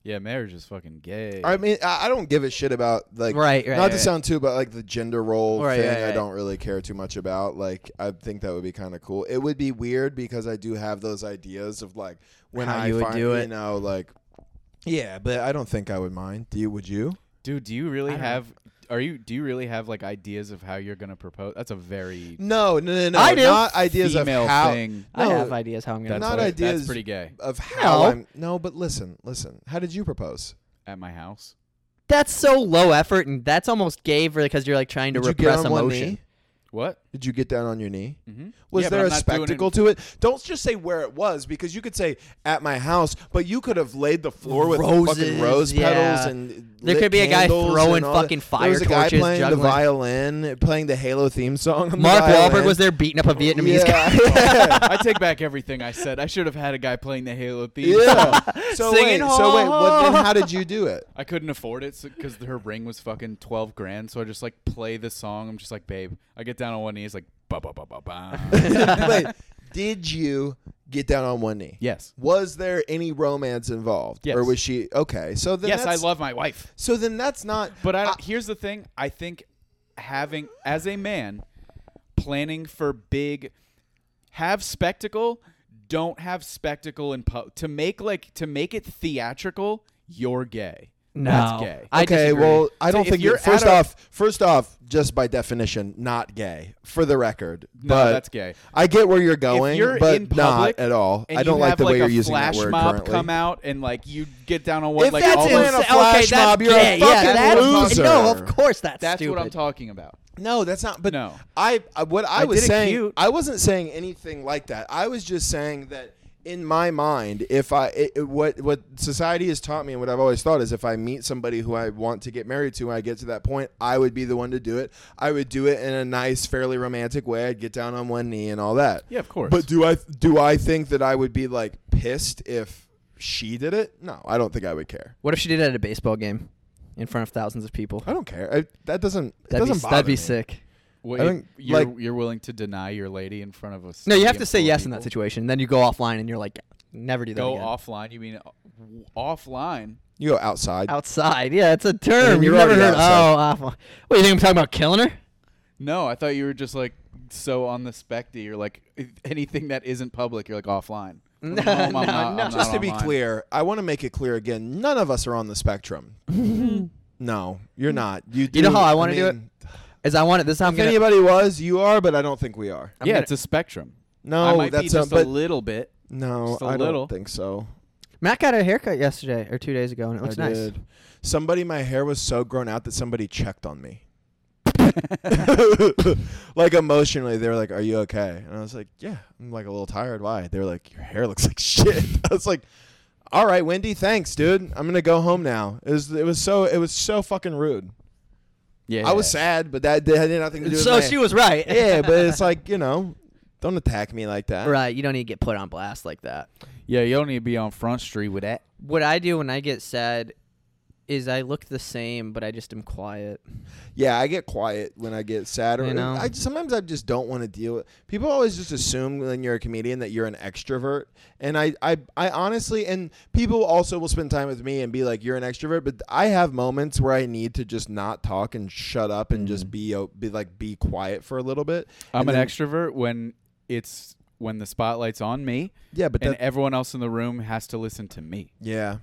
Speaker 4: yeah, marriage is fucking gay.
Speaker 3: I mean, I, I don't give a shit about like
Speaker 1: Right, right,
Speaker 3: not to
Speaker 1: right.
Speaker 3: sound too, but like the gender role
Speaker 1: Right,
Speaker 3: thing,
Speaker 1: right,
Speaker 3: I
Speaker 1: right.
Speaker 3: don't really care too much about. Like, I think that would be kind of cool. It would be weird because I do have those ideas of like when
Speaker 1: How
Speaker 3: I
Speaker 1: you would
Speaker 3: find,
Speaker 1: do
Speaker 3: you
Speaker 1: it.
Speaker 3: know, like Yeah, but I don't think I would mind. Do you? Would you?
Speaker 4: Dude, do you really
Speaker 1: I don't-
Speaker 4: have? Are you? Do you really have like ideas of how you're gonna propose? That's a very
Speaker 3: No, no, no, no.
Speaker 1: I do.
Speaker 3: Not ideas of
Speaker 4: female
Speaker 3: how.
Speaker 4: thing.
Speaker 1: I
Speaker 3: No,
Speaker 1: have ideas how I'm gonna.
Speaker 4: That's
Speaker 3: not
Speaker 4: what-
Speaker 1: play.
Speaker 3: ideas
Speaker 4: That's pretty gay
Speaker 3: Of how?
Speaker 1: No.
Speaker 3: I'm, no, but listen, listen. How did you propose?
Speaker 4: at my house.
Speaker 1: That's so low effort, and that's almost gay for because you're like trying to
Speaker 3: Did you get
Speaker 1: repress
Speaker 3: on one
Speaker 1: emotion.
Speaker 3: knee?
Speaker 4: What?
Speaker 3: Did you get down on your knee?
Speaker 4: Mhm.
Speaker 3: Was
Speaker 4: Yeah, but I'm
Speaker 3: there
Speaker 4: not
Speaker 3: a
Speaker 4: doing it-
Speaker 3: spectacle to it? Don't just say where it was because you could say at my house, but you could have laid the floor with
Speaker 1: Roses,
Speaker 3: fucking rose petals
Speaker 1: yeah.
Speaker 3: and
Speaker 1: There
Speaker 3: lit
Speaker 1: could be a guy
Speaker 3: candles
Speaker 1: throwing
Speaker 3: and all that.
Speaker 1: fucking
Speaker 3: There
Speaker 1: fire
Speaker 3: was a guy
Speaker 1: torches,
Speaker 3: playing
Speaker 1: juggling-
Speaker 3: the violin, playing the Halo theme song. on the
Speaker 1: Mark Wahlberg
Speaker 3: violin.
Speaker 1: was there beating up a Vietnamese guy.
Speaker 3: yeah.
Speaker 4: I take back everything I said. I should have had a guy playing the Halo theme.
Speaker 3: yeah. So
Speaker 1: Singing,
Speaker 3: wait, so wait, what, then
Speaker 1: "Ho, ho,
Speaker 3: how did you do it?
Speaker 4: I couldn't afford it because her ring was fucking twelve grand. So I just like play the song. I'm just like, babe. I get down on one knee. It's like, ba ba ba ba ba.
Speaker 3: wait, did you get down on one knee?
Speaker 4: Yes.
Speaker 3: Was there any romance involved,
Speaker 4: Yes.
Speaker 3: or was she okay? So then
Speaker 4: Yes, I
Speaker 3: that's-
Speaker 4: love my wife.
Speaker 3: So then that's not.
Speaker 4: But I don't, here's the thing. I think having as a man planning for big have spectacle, don't have spectacle in pu- to make like to make it theatrical. You're gay. That's gay.
Speaker 1: I
Speaker 3: okay,
Speaker 1: disagree.
Speaker 3: well, I don't
Speaker 4: if
Speaker 3: think
Speaker 4: you're
Speaker 3: you're. First
Speaker 4: at a-
Speaker 3: off, first off, just by definition, not gay. For the record,
Speaker 4: No,
Speaker 3: but
Speaker 4: that's gay.
Speaker 3: I get where you're going,
Speaker 4: if you're
Speaker 3: but
Speaker 4: in public
Speaker 3: not at all.
Speaker 4: and
Speaker 3: I don't
Speaker 4: you
Speaker 3: like
Speaker 4: have,
Speaker 3: the way
Speaker 4: a
Speaker 3: you're using
Speaker 4: flash
Speaker 3: that word
Speaker 4: mob
Speaker 3: currently.
Speaker 4: Come out and like you get down on one
Speaker 3: If
Speaker 4: like
Speaker 3: that's
Speaker 4: all
Speaker 3: in
Speaker 4: those-
Speaker 3: a flash
Speaker 1: okay,
Speaker 3: mob,
Speaker 1: that's
Speaker 3: you're a
Speaker 1: gay. yeah,
Speaker 3: fucking
Speaker 1: that's
Speaker 3: loser.
Speaker 1: No, of course that's,
Speaker 4: that's
Speaker 1: stupid.
Speaker 4: what I'm talking about.
Speaker 3: No, that's not. But
Speaker 4: No.
Speaker 3: I, I what I,
Speaker 4: I
Speaker 3: was
Speaker 4: did it
Speaker 3: saying,
Speaker 4: cute.
Speaker 3: I wasn't saying anything like that. I was just saying that in my mind, if I it, it- what what society has taught me and what I've always thought is, if I meet somebody who I want to get married to, and I get to that point, I would be the one to do it. I would do it in a nice, fairly romantic way. I'd get down on one knee and all that.
Speaker 4: Yeah, of course.
Speaker 3: But do I do I think that I would be like pissed if she did it? No, I don't think I would care.
Speaker 1: What if she did it at a baseball game in front of thousands of people?
Speaker 3: I don't care. I, that doesn't. it
Speaker 1: That'd be, that'd
Speaker 3: doesn't bother
Speaker 1: be
Speaker 3: me.
Speaker 1: sick.
Speaker 4: Well,
Speaker 3: I
Speaker 4: you-
Speaker 3: think,
Speaker 4: you're,
Speaker 3: like-
Speaker 4: you're willing to deny your lady in front of us.
Speaker 1: No, you have to say yes in that situation. Then you go offline and you're like, never do that
Speaker 4: Go
Speaker 1: again.
Speaker 4: offline. You mean uh, w- offline?
Speaker 3: You go outside.
Speaker 1: Outside, yeah, it's a term.
Speaker 3: mean,
Speaker 1: You've
Speaker 3: you're
Speaker 1: never
Speaker 3: already
Speaker 1: heard.
Speaker 3: outside.
Speaker 1: Oh, offline. What you think I'm talking about? Killing her?
Speaker 4: No, I thought you were just like so on the specty. You're like anything that isn't public. You're like offline. No, I'm
Speaker 1: no,
Speaker 4: not- I'm
Speaker 1: no.
Speaker 4: not
Speaker 3: Just to be
Speaker 4: online.
Speaker 3: clear, I want to make it clear again. None of us are on the spectrum. no, you're not. You, do,
Speaker 1: know how I wanna do it?
Speaker 3: mean,
Speaker 1: Is I want it. This time I'm
Speaker 3: If
Speaker 1: gonna.
Speaker 3: anybody was, you are, but I don't think we are.
Speaker 1: I'm
Speaker 4: yeah,
Speaker 1: gonna-
Speaker 4: it's a spectrum. I
Speaker 3: No,
Speaker 4: might be
Speaker 3: that's a,
Speaker 4: just
Speaker 3: but
Speaker 4: a little bit.
Speaker 3: no,
Speaker 4: just a
Speaker 3: I
Speaker 4: little.
Speaker 3: don't think so.
Speaker 1: Matt got a haircut yesterday or two days ago, and it
Speaker 3: I
Speaker 1: looks nice.
Speaker 3: did. Somebody, my hair was so grown out that somebody checked on me. like emotionally, they were like, "Are you okay?" And I was like, "Yeah." I'm like a little tired. Why? They were like, "Your hair looks like shit." I was like, "All right, Wendy, thanks, dude. I'm gonna go home now." It was it was so it was so fucking rude.
Speaker 4: Yeah,
Speaker 3: I was sad, but that, that had nothing to do with
Speaker 1: So
Speaker 3: my-
Speaker 1: she was right.
Speaker 3: yeah, but it's like you know, don't attack me like that.
Speaker 1: right. You don't need to get put on blast like that.
Speaker 4: Yeah, you don't need to be on Front Street with that.
Speaker 1: What I do when I get sad is I look the same, but I just am quiet.
Speaker 3: Yeah, I get quiet when I get sad, or
Speaker 1: You know?
Speaker 3: I sometimes I just don't want to deal with. People always just assume when you're a comedian that you're an extrovert, and I, I, I honestly, and people also will spend time with me and be like, "You're an extrovert," but I have moments where I need to just not talk and shut up and
Speaker 1: Mm.
Speaker 3: just be, o- be like, be quiet for a little bit.
Speaker 4: I'm
Speaker 3: And
Speaker 4: an
Speaker 3: then-
Speaker 4: extrovert when it's when the spotlight's on me
Speaker 3: Yeah, but
Speaker 4: and
Speaker 3: that,
Speaker 4: everyone else in the room has to listen to me.
Speaker 3: yeah,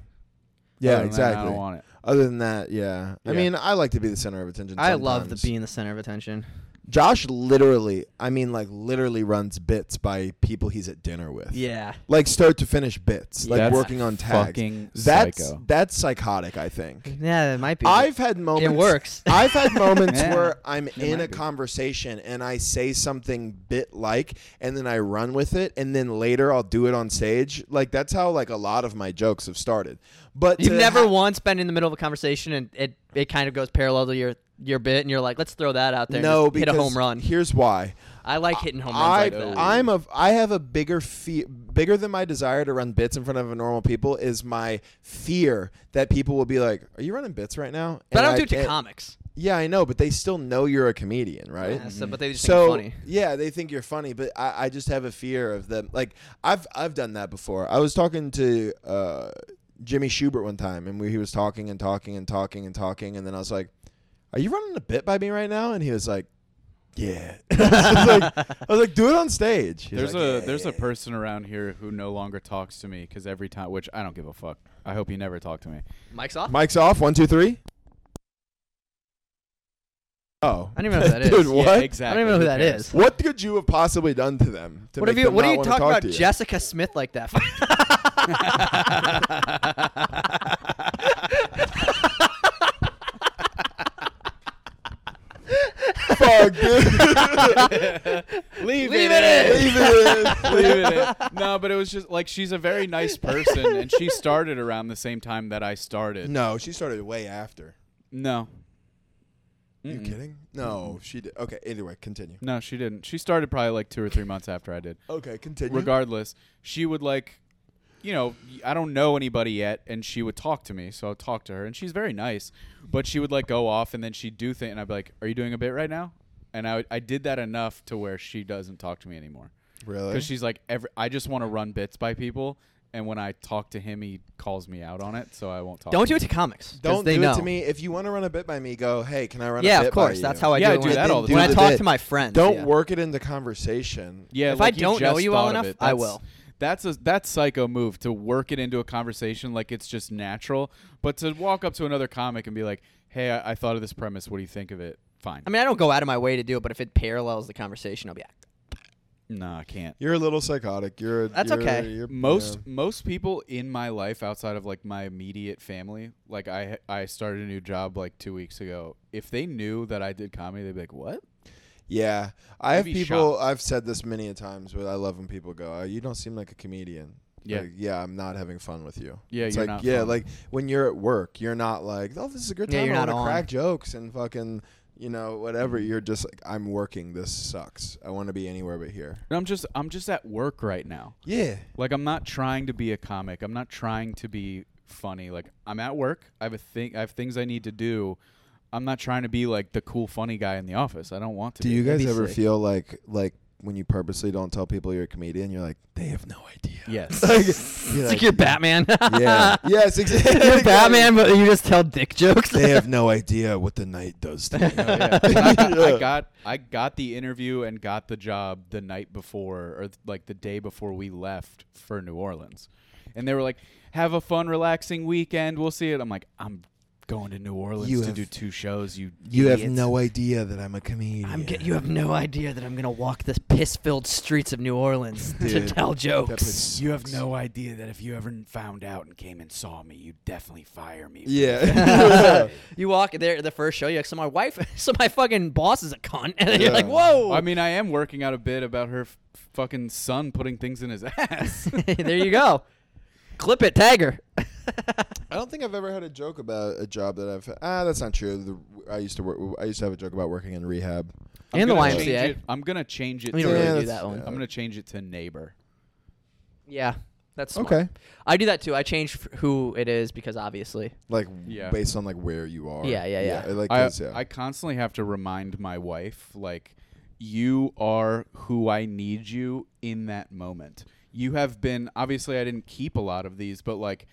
Speaker 3: yeah,
Speaker 4: Other than that, I
Speaker 3: exactly.
Speaker 4: don't want it.
Speaker 3: Other than that, yeah. I
Speaker 4: Yeah.
Speaker 3: mean, I like to be the center of attention.
Speaker 1: I love the
Speaker 3: sometimes.
Speaker 1: being the center of attention.
Speaker 3: Josh literally, I mean, like literally runs bits by people he's at dinner with.
Speaker 1: Yeah.
Speaker 3: Like start to finish bits, like
Speaker 4: That's
Speaker 3: working on tags.
Speaker 4: fucking
Speaker 3: that's
Speaker 4: psycho.
Speaker 3: that's psychotic. I think.
Speaker 1: Yeah, it might be.
Speaker 3: I've had moments.
Speaker 1: it works.
Speaker 3: I've had moments
Speaker 4: Yeah.
Speaker 3: where I'm in
Speaker 4: might
Speaker 3: a
Speaker 4: be.
Speaker 3: conversation and I say something bit like, and then I run with it, and then later I'll do it on stage. Like that's how like a lot of my jokes have started. But
Speaker 1: You've
Speaker 3: to
Speaker 1: never
Speaker 3: ha-
Speaker 1: once been in the middle of a conversation and it, it kind of goes parallel to your your bit, and you're like, let's throw that out there. and
Speaker 3: no
Speaker 1: just hit a
Speaker 3: because
Speaker 1: home run.
Speaker 3: Here's why.
Speaker 1: I like hitting home runs
Speaker 3: I,
Speaker 1: like that.
Speaker 3: I'm a I have a bigger fear bigger than my desire to run bits in front of normal people is my fear that people will be like, "Are you running bits right now?"
Speaker 1: but
Speaker 3: And
Speaker 1: I don't do it to
Speaker 3: and-
Speaker 1: comics.
Speaker 3: Yeah, I know, but they still know you're a comedian, right?
Speaker 1: Yeah, so, but they just
Speaker 3: so
Speaker 1: think it's funny.
Speaker 3: yeah, they think you're funny, but I, I just have a fear of them. Like I've I've done that before. I was talking to uh, Jimmy Schubert one time, and we, he was talking and talking and talking and talking, and then I was like, "Are you running a bit by me right now?" And he was like, yeah. I, was like, I was like, do it on stage. He's
Speaker 4: There's
Speaker 3: like,
Speaker 4: a
Speaker 3: "Yeah,
Speaker 4: there's a
Speaker 3: yeah."
Speaker 4: person around here who no longer talks to me because every time, which I don't give a fuck. I hope you never talk to me.
Speaker 1: Mike's off.
Speaker 3: Mike's off. One, two, three. Oh,
Speaker 1: I don't even know who that is.
Speaker 3: Dude,
Speaker 1: Yeah,
Speaker 3: what?
Speaker 4: exactly.
Speaker 1: I don't even know who
Speaker 4: that
Speaker 1: that
Speaker 4: is.
Speaker 1: is.
Speaker 3: What could you have possibly done to them? To
Speaker 1: What have
Speaker 3: make
Speaker 1: you?
Speaker 3: them
Speaker 1: What are
Speaker 3: not
Speaker 1: you
Speaker 3: wanna
Speaker 1: talking
Speaker 3: talk
Speaker 1: about,
Speaker 3: to you?
Speaker 1: Jessica Smith, like that?
Speaker 3: Fuck, dude.
Speaker 4: Leave,
Speaker 1: Leave it in.
Speaker 3: Leave it in.
Speaker 4: Leave it in. No, but it was just like she's a very nice person, and she started around the same time that I started.
Speaker 3: No, she started way after.
Speaker 4: No,
Speaker 3: You kidding? No, she did. Okay, either way, continue.
Speaker 4: no, she didn't. She started probably like two or three months after I did.
Speaker 3: Okay, continue.
Speaker 4: Regardless, she would like, you know, I don't know anybody yet, and she would talk to me, so I'd talk to her, and she's very nice, but she would like go off, and then she'd do things, and I'd be like, "Are you doing a bit right now?" And I would- I did that enough to where she doesn't talk to me anymore.
Speaker 3: really?
Speaker 4: because she's like every i just want to run bits by people and when i talk to him he calls me out on it so i won't talk
Speaker 1: Don't
Speaker 4: to
Speaker 1: do
Speaker 4: him.
Speaker 1: it to comics. 'cause
Speaker 3: Don't
Speaker 1: they
Speaker 3: do
Speaker 1: know.
Speaker 3: it to me. If you want to run a bit by me, go. Hey, can I run? a
Speaker 1: Yeah,
Speaker 3: bit
Speaker 1: of course.
Speaker 3: by
Speaker 1: That's
Speaker 3: you?"
Speaker 1: how I
Speaker 4: Yeah, I
Speaker 1: do it.
Speaker 4: do
Speaker 1: when
Speaker 4: that all the
Speaker 1: When I
Speaker 4: time.
Speaker 1: talk
Speaker 3: Did-
Speaker 1: to my friends.
Speaker 3: Don't
Speaker 1: yeah.
Speaker 3: work it into conversation.
Speaker 4: yeah
Speaker 1: If
Speaker 4: like,
Speaker 1: I
Speaker 4: you
Speaker 1: don't know
Speaker 4: just
Speaker 1: you well
Speaker 4: thought
Speaker 1: enough,
Speaker 4: of it.
Speaker 1: I
Speaker 4: That's-
Speaker 1: will.
Speaker 4: that's a that's psycho move to work it into a conversation like it's just natural but to walk up to another comic and be like hey i, I thought of this premise what do you think of it fine
Speaker 1: I mean, I don't go out of my way to do it, but if it parallels the conversation, I'll be like,
Speaker 4: no i can't
Speaker 3: You're a little psychotic. You're. A,
Speaker 1: That's
Speaker 3: you're-
Speaker 1: okay.
Speaker 3: you're-
Speaker 4: most
Speaker 3: yeah.
Speaker 4: most people in my life outside of like my immediate family like i i started a new job like two weeks ago if they knew that i did comedy they'd be like what
Speaker 3: Yeah, I have
Speaker 4: Maybe
Speaker 3: people. I've said this many a times, but I love when people go, oh, "You don't seem like a comedian."
Speaker 4: Yeah.
Speaker 3: Like, yeah, I'm not having fun with you.
Speaker 4: Yeah,
Speaker 3: it's
Speaker 4: you're
Speaker 3: like
Speaker 4: not
Speaker 3: yeah,
Speaker 4: fun.
Speaker 3: like when you're at work, you're not like, "Oh, this is a good
Speaker 1: Yeah,
Speaker 3: time."
Speaker 1: you're
Speaker 3: I
Speaker 1: not
Speaker 3: wanna
Speaker 1: on.
Speaker 3: crack jokes and fucking, you know, whatever. You're just like, "I'm working. This sucks. I want to be anywhere but here."
Speaker 4: And i'm just i'm just at work right now
Speaker 3: Yeah,
Speaker 4: Like I'm not trying to be a comic. I'm not trying to be funny. Like I'm at work. I have a thing. I have things I need to do. I'm not trying to be like the cool funny guy in the office. I don't want to.
Speaker 3: Do
Speaker 4: be.
Speaker 3: you guys
Speaker 1: be
Speaker 3: ever
Speaker 1: sick.
Speaker 3: feel like like when you purposely don't tell people you're a comedian, you're like, they have no idea.
Speaker 4: Yes.
Speaker 3: Like, you're
Speaker 1: it's like you're Batman.
Speaker 3: like, yeah. yes, exactly.
Speaker 1: You're
Speaker 3: um,
Speaker 1: Batman, but you just tell dick jokes.
Speaker 3: They have no idea what the night does to me.
Speaker 4: Oh, yeah. I, got, I got I got the interview and got the job the night before or like the day before we left for New Orleans, and they were like, "Have a fun, relaxing weekend. We'll see it." I'm like, I'm going to New Orleans
Speaker 3: You
Speaker 4: to
Speaker 3: have-
Speaker 4: do two shows. You
Speaker 3: You have
Speaker 1: Idiots.
Speaker 3: no idea that I'm a comedian.
Speaker 1: I'm get, you have no idea that I'm gonna walk the piss-filled streets of New Orleans to
Speaker 3: Dude,
Speaker 1: tell
Speaker 3: That
Speaker 1: jokes.
Speaker 3: place
Speaker 4: You have
Speaker 3: sucks.
Speaker 4: no idea that if you ever found out and came and saw me, you'd definitely fire me.
Speaker 3: Yeah.
Speaker 1: you walk there the first show, you're like, so my wife, so my fucking boss is a cunt, and then you're
Speaker 3: Yeah.
Speaker 1: like, whoa.
Speaker 4: I mean, I am working out a bit about her f- fucking son putting things in his ass.
Speaker 1: there you go. Clip it, Tiger.
Speaker 3: I don't think I've ever had a joke about a job that I've. Ah, that's not true. The, I used to work. I used to have a joke about working in rehab.
Speaker 4: I'm
Speaker 1: And the
Speaker 4: gonna
Speaker 1: YMCA.
Speaker 4: change it- I'm gonna change it.
Speaker 1: We
Speaker 4: To,
Speaker 1: don't
Speaker 3: Yeah,
Speaker 1: really do
Speaker 3: that's-
Speaker 1: that one.
Speaker 3: yeah.
Speaker 4: I'm gonna change it to neighbor.
Speaker 1: Yeah, that's smart.
Speaker 3: Okay.
Speaker 1: I do that too. I change f- who it is because obviously.
Speaker 3: Like
Speaker 4: Yeah.
Speaker 3: based on like where you are.
Speaker 1: Yeah, yeah, yeah.
Speaker 3: I like
Speaker 4: I,
Speaker 3: 'cause, yeah.
Speaker 4: I constantly have to remind my wife, like, you are who I need you in that moment. You have been, obviously, I didn't keep a lot of these, but like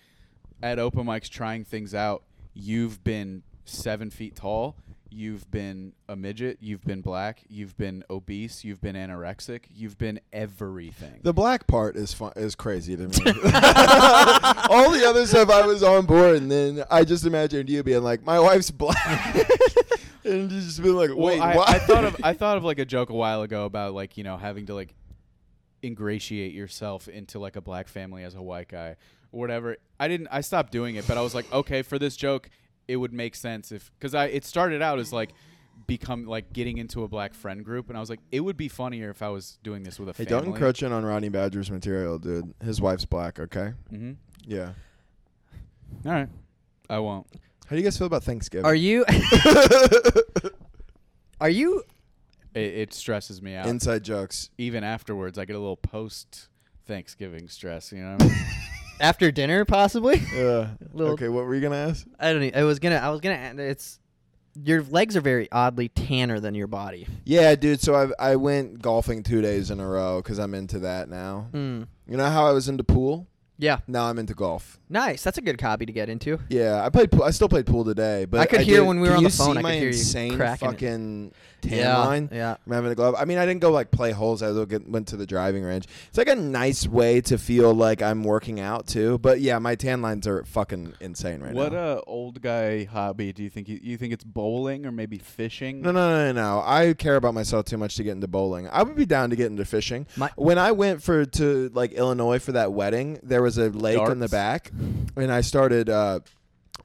Speaker 4: at open mics trying things out, you've been seven feet tall. You've been a midget. You've been black. You've been obese. You've been anorexic. You've been everything.
Speaker 3: The black part is fun, is crazy to me. All the other stuff I was on board, and then I just imagined you being like, "My wife's black," and you just being like,
Speaker 4: Well,
Speaker 3: "Wait,
Speaker 4: I,
Speaker 3: what?"
Speaker 4: I thought of I thought of like a joke a while ago about like you know having to like ingratiate yourself into like a black family as a white guy or whatever. I didn't. I stopped doing it, but I was like, okay, for this joke, it would make sense if because I it started out as like become like getting into a black friend group, and I was like, it would be funnier if I was doing this with a
Speaker 3: hey,
Speaker 4: family.
Speaker 3: don't encroach in on Rodney Badger's material, dude. His wife's black. Okay.
Speaker 4: Mhm.
Speaker 3: Yeah.
Speaker 4: All right, I won't.
Speaker 3: How do you guys feel about Thanksgiving?
Speaker 1: Are you? are you?
Speaker 4: It, it stresses me out.
Speaker 3: Inside jokes.
Speaker 4: Even afterwards, I get a little post Thanksgiving stress. You know. What I mean?
Speaker 1: After dinner, possibly.
Speaker 3: Yeah.
Speaker 1: Little-
Speaker 3: okay. What were you gonna ask?
Speaker 1: I don't. Know, I was gonna. I was gonna. add- It's your legs are very oddly tanner than your body.
Speaker 3: Yeah, dude. So I I went golfing two days in a row because I'm into that now.
Speaker 1: Mm.
Speaker 3: You know how I was into pool.
Speaker 1: Yeah.
Speaker 3: Now I'm into golf.
Speaker 1: Nice. That's a good copy to get into.
Speaker 3: Yeah, I played. Pool, I still played pool today, but
Speaker 1: I could hear
Speaker 3: did-
Speaker 1: when we were
Speaker 3: can
Speaker 1: on the
Speaker 3: you
Speaker 1: phone,
Speaker 3: See
Speaker 1: I could
Speaker 3: my
Speaker 1: hear you
Speaker 3: insane
Speaker 1: cracking it.
Speaker 3: fucking tan
Speaker 1: yeah.
Speaker 3: line.
Speaker 1: Yeah.
Speaker 3: I'm having a glove. I mean, I didn't go like play holes. I look at- went to the driving range. It's like a nice way to feel like I'm working out too. But yeah, my tan lines are fucking insane right
Speaker 4: what
Speaker 3: now.
Speaker 4: uh, old guy hobby do you think? You, you think it's bowling or maybe fishing?
Speaker 3: no, no, no, no, no. I care about myself too much to get into bowling. I would be down to get into fishing.
Speaker 1: My-
Speaker 3: when I went for to like Illinois for that wedding, there was a lake in the
Speaker 4: Darts.
Speaker 3: back, and I started. Uh,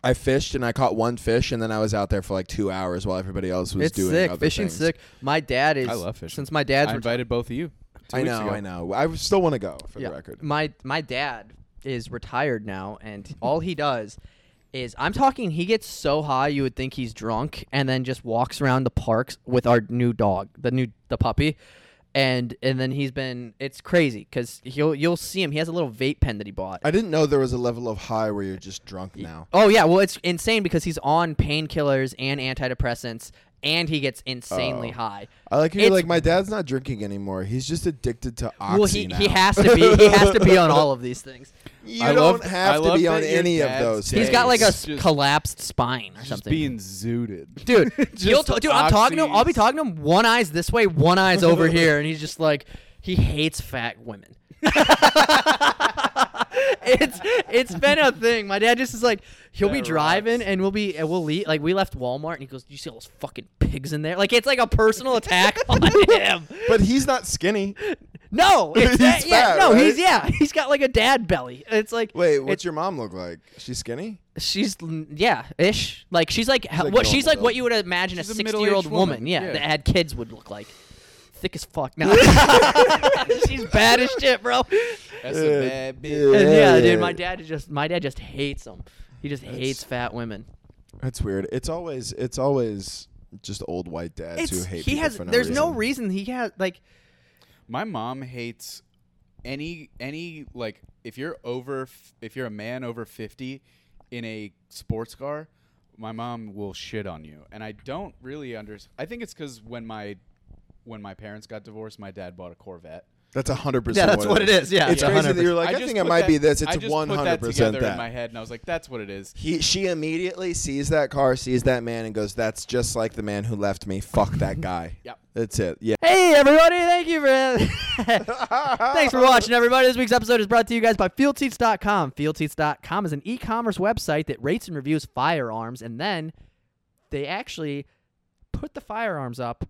Speaker 3: I fished and I caught one fish, and then I was out there for like two hours while everybody else was
Speaker 1: It's
Speaker 3: doing
Speaker 1: sick.
Speaker 3: other
Speaker 1: Fishing's
Speaker 3: things.
Speaker 1: sick. My dad is.
Speaker 4: I love fishing.
Speaker 1: Since my dad's
Speaker 4: I
Speaker 1: reti-
Speaker 4: invited both of you. two
Speaker 3: I
Speaker 4: weeks
Speaker 3: know,
Speaker 4: ago.
Speaker 3: I know. I still want to go for the record.
Speaker 1: My my dad is retired now, and all he does is I'm talking. He gets so high you would think he's drunk, and then just walks around the parks with our new dog, the new the puppy, and and then he's been. It's crazy because he'll you'll see him. He has a little vape pen that he bought.
Speaker 3: I didn't know there was a level of high where you're just drunk now.
Speaker 1: Oh yeah, well it's insane because he's on painkillers and antidepressants, and he gets insanely
Speaker 3: Oh.
Speaker 1: high.
Speaker 3: I like how you're
Speaker 1: It's-
Speaker 3: like my dad's not drinking anymore. He's just addicted to oxy
Speaker 1: Well, he,
Speaker 3: now.
Speaker 1: he has to be he has to be on all of these things.
Speaker 3: You
Speaker 4: I
Speaker 3: don't
Speaker 4: love- I
Speaker 3: have to
Speaker 4: love
Speaker 3: be
Speaker 4: that
Speaker 3: on
Speaker 4: your
Speaker 3: any of
Speaker 4: dad's
Speaker 3: those.
Speaker 4: dad-
Speaker 1: He's got like a
Speaker 4: Just-
Speaker 1: s- collapsed spine or
Speaker 4: Just
Speaker 1: something.
Speaker 4: being zooted,
Speaker 1: dude. he'll
Speaker 4: Just
Speaker 1: t- dude, I'm talking to him. I'll be
Speaker 4: oxys.
Speaker 1: talking to him. One eye's this way, one eye's over here, and he's just like he hates fat women. it's it's been a thing. My dad just is like he'll be
Speaker 4: That
Speaker 1: driving
Speaker 4: rocks.
Speaker 1: and we'll be and we'll leave like we left Walmart and he goes, "Do you see all those fucking pigs in there?" Like it's like a personal attack on him.
Speaker 3: But he's not skinny.
Speaker 1: No, it's
Speaker 3: He's
Speaker 1: that- yeah,
Speaker 3: fat,
Speaker 1: no,
Speaker 3: right?
Speaker 1: he's yeah, he's got like a dad belly. It's like
Speaker 3: Wait, what's
Speaker 1: it's-
Speaker 3: your mom look like? She's skinny?
Speaker 1: She's l- yeah, ish. Like she's like,
Speaker 3: like
Speaker 1: what
Speaker 3: an
Speaker 1: she's
Speaker 3: old
Speaker 1: like what
Speaker 3: adult.
Speaker 1: you would imagine
Speaker 4: She's
Speaker 1: a
Speaker 4: a
Speaker 1: sixty year old
Speaker 4: middle-aged
Speaker 1: woman,
Speaker 4: woman,
Speaker 1: yeah,
Speaker 4: yeah.
Speaker 1: that had kids would look like. Thick as fuck. No, she's bad as shit, bro.
Speaker 4: That's
Speaker 3: Uh,
Speaker 4: a bad
Speaker 3: yeah.
Speaker 4: bitch.
Speaker 1: And yeah, dude, my dad is just my dad just hates them. He just hates fat women.
Speaker 3: That's weird. It's always it's always just old white dads who hate
Speaker 1: he
Speaker 3: people
Speaker 1: has.
Speaker 3: for no
Speaker 1: there's
Speaker 3: reason.
Speaker 1: no reason he has like.
Speaker 4: My mom hates any any like if you're over f- if you're a man over 50 in a sports car, my mom will shit on you. And I don't really understand. I think it's cuz when my when my parents got divorced, my dad bought a Corvette.
Speaker 3: That's 100%
Speaker 1: Yeah, that's what it is. Yeah,
Speaker 3: It's
Speaker 1: yeah.
Speaker 3: crazy that you're
Speaker 1: 100%.
Speaker 3: like I,
Speaker 4: just
Speaker 3: think it
Speaker 4: put
Speaker 3: might
Speaker 4: that-
Speaker 3: be this.
Speaker 4: I
Speaker 3: It's
Speaker 4: just put
Speaker 3: 100%
Speaker 4: that together
Speaker 3: that.
Speaker 4: in my head and I was like that's what it is.
Speaker 3: He, she immediately sees that car, sees that man, and goes, "That's just like the man who left me. Fuck that guy."
Speaker 4: Yep.
Speaker 3: That's it. Yeah.
Speaker 1: Hey everybody, thank you for Thanks for watching, everybody. This week's episode is brought to you guys by FieldSeats.com. FieldSeats.com is an e-commerce website that rates and reviews firearms, and then they actually put the firearms up,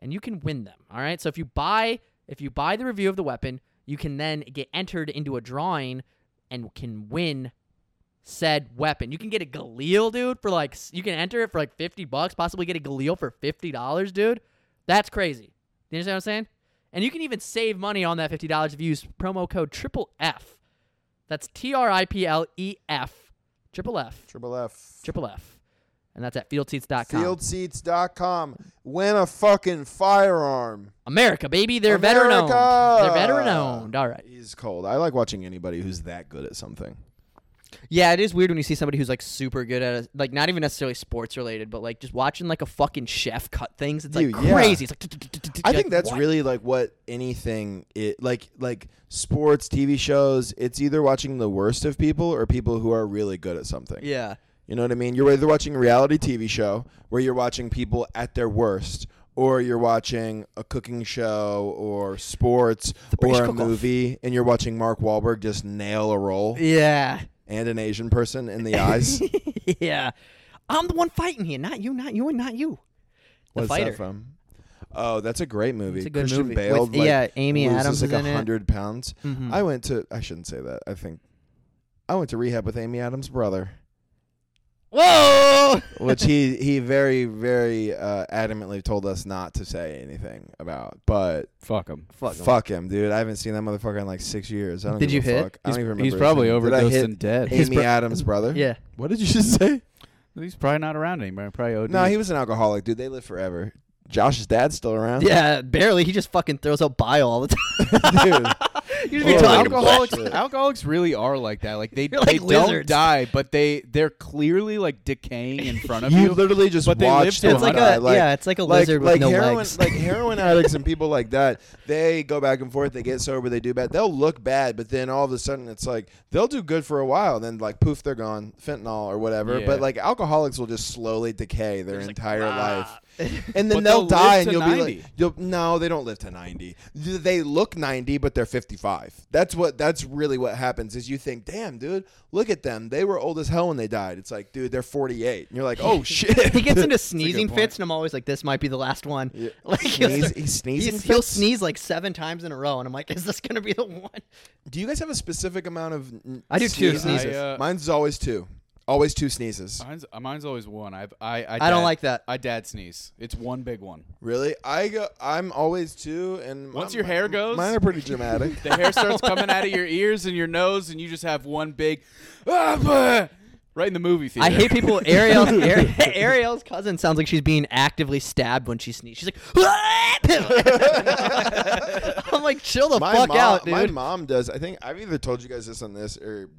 Speaker 1: and you can win them. All right. So if you buy if you buy the review of the weapon, you can then get entered into a drawing and can win said weapon. You can get a Galil, dude, for like s- you can enter it for like fifty bucks. Possibly get a Galil for fifty dollars, dude. That's crazy. You understand what I'm saying? And you can even save money on that fifty dollars if you use promo code Triple F. That's T R I P L E F, Triple F,
Speaker 3: Triple F.
Speaker 1: Triple F, and that's at FieldSeats.com.
Speaker 3: Fieldseats.com. Win a fucking firearm.
Speaker 1: America, baby, they're veteran owned.
Speaker 3: America!
Speaker 1: They're veteran owned. All right.
Speaker 3: He's cold. I like watching anybody who's that good at something.
Speaker 1: Yeah, it is weird when you see somebody who's like super good at a, like not even necessarily sports related, but like just watching like a fucking chef cut things. It's like
Speaker 3: Dude, yeah.
Speaker 1: crazy. It's like
Speaker 3: I think that's
Speaker 1: really.
Speaker 3: really like what anything it like like sports, TV shows, it's either watching the worst of people or people who are really good at something.
Speaker 1: Yeah.
Speaker 3: You know what I mean? You're either watching a reality TV show where you're watching people at their worst, or you're watching a cooking show or sports
Speaker 1: British
Speaker 3: or a
Speaker 1: Cook Off.
Speaker 3: movie, and you're watching Mark Wahlberg just nail a role
Speaker 1: Yeah.
Speaker 3: and an Asian person in the eyes.
Speaker 1: yeah. I'm the one fighting here, not you, not you, and not you. The
Speaker 3: What's
Speaker 1: fighter.
Speaker 3: that from? Oh, that's a great movie.
Speaker 1: It's a good
Speaker 3: Christian
Speaker 1: movie.
Speaker 3: Bale,
Speaker 1: With-
Speaker 3: like,
Speaker 1: yeah, Amy
Speaker 3: loses
Speaker 1: Adams
Speaker 3: like
Speaker 1: is in it.
Speaker 3: hundred pounds.
Speaker 1: Mhm.
Speaker 3: I went to. I shouldn't say that. I think I went to rehab with Amy Adams' brother,
Speaker 1: Whoa!
Speaker 3: which he he very very uh, adamantly told us not to say anything about. But
Speaker 4: Fuck him.
Speaker 3: fuck him. dude. I haven't seen that motherfucker in like six years. I don't
Speaker 1: Did
Speaker 3: give
Speaker 1: you
Speaker 3: a
Speaker 1: hit?
Speaker 3: Fuck. I don't even remember.
Speaker 4: He's
Speaker 3: his
Speaker 4: probably
Speaker 3: name. Did I
Speaker 4: overdosed
Speaker 3: hit
Speaker 4: and dead.
Speaker 1: His
Speaker 3: Amy
Speaker 1: bro-
Speaker 3: Adams' brother.
Speaker 1: yeah.
Speaker 3: What did you just say?
Speaker 4: He's probably not around anymore. Probably OD.
Speaker 3: No, he was an alcoholic, dude. They live forever. Josh's dad's still around.
Speaker 1: Yeah, barely. He just fucking throws up bile all the time.
Speaker 3: dude.
Speaker 1: You should be
Speaker 3: Oh,
Speaker 1: talking
Speaker 4: alcoholics,
Speaker 3: shit.
Speaker 4: alcoholics really are like that. Like they,
Speaker 1: They're like
Speaker 4: they don't
Speaker 1: lizards.
Speaker 4: die, but they they're clearly like decaying in front of
Speaker 3: You
Speaker 4: you.
Speaker 3: literally just
Speaker 4: But they live
Speaker 3: watched
Speaker 4: to
Speaker 3: him
Speaker 4: It's like
Speaker 3: die,
Speaker 1: a- yeah, it's like a lizard with
Speaker 3: like
Speaker 1: no
Speaker 3: heroin,
Speaker 1: legs.
Speaker 3: Like heroin addicts and people like that, they go back and forth. They get sober, they do bad. They'll look bad, but then all of a sudden it's like they'll do good for a while, then like poof, they're gone, fentanyl or whatever.
Speaker 4: Yeah.
Speaker 3: But like alcoholics will just slowly decay their entire life,
Speaker 4: But
Speaker 3: and then
Speaker 4: they'll
Speaker 3: they'll, die,
Speaker 4: live
Speaker 3: and
Speaker 4: to
Speaker 3: you'll
Speaker 4: 90.
Speaker 3: be like, you'll, no, they don't live to ninety. They look ninety, but they're fifty-five. That's what. That's really what happens. Is you think, damn, dude, look at them. They were old as hell when they died. It's like, dude, they're forty-eight, and you're like, oh shit.
Speaker 1: he gets into sneezing
Speaker 4: point.
Speaker 1: fits, and I'm always like, "This might be the last one."
Speaker 3: Yeah.
Speaker 1: Like he'll
Speaker 3: Sneeze-
Speaker 1: start-
Speaker 3: he's sneezing
Speaker 1: he's- he'll
Speaker 3: fits?
Speaker 1: sneeze like seven times in a row, and I'm like, "Is this gonna be the one?"
Speaker 3: Do you guys have a specific amount of? n-
Speaker 1: I do two sneezes.
Speaker 4: I, uh,
Speaker 3: Mine's always two. Always two sneezes.
Speaker 4: Mine's, uh, mine's always one. I've, I I,
Speaker 1: I don't
Speaker 4: dad-
Speaker 1: like that.
Speaker 4: I dad sneeze. It's one big one.
Speaker 3: Really? I go. I'm always two. And
Speaker 4: Once
Speaker 3: my-
Speaker 4: your hair
Speaker 3: my-
Speaker 4: goes-
Speaker 3: mine are pretty dramatic.
Speaker 4: The hair starts coming out of your ears and your nose, and you just have one big, "Ah, bleh," right in the movie theater.
Speaker 1: I hate people. Ariel's Ari- Ariel's cousin sounds like she's being actively stabbed when she sneezes. She's like, "I'm like, chill the
Speaker 3: my
Speaker 1: fuck
Speaker 3: mom,
Speaker 1: out, dude."
Speaker 3: My mom does. I think I've either told you guys this on this or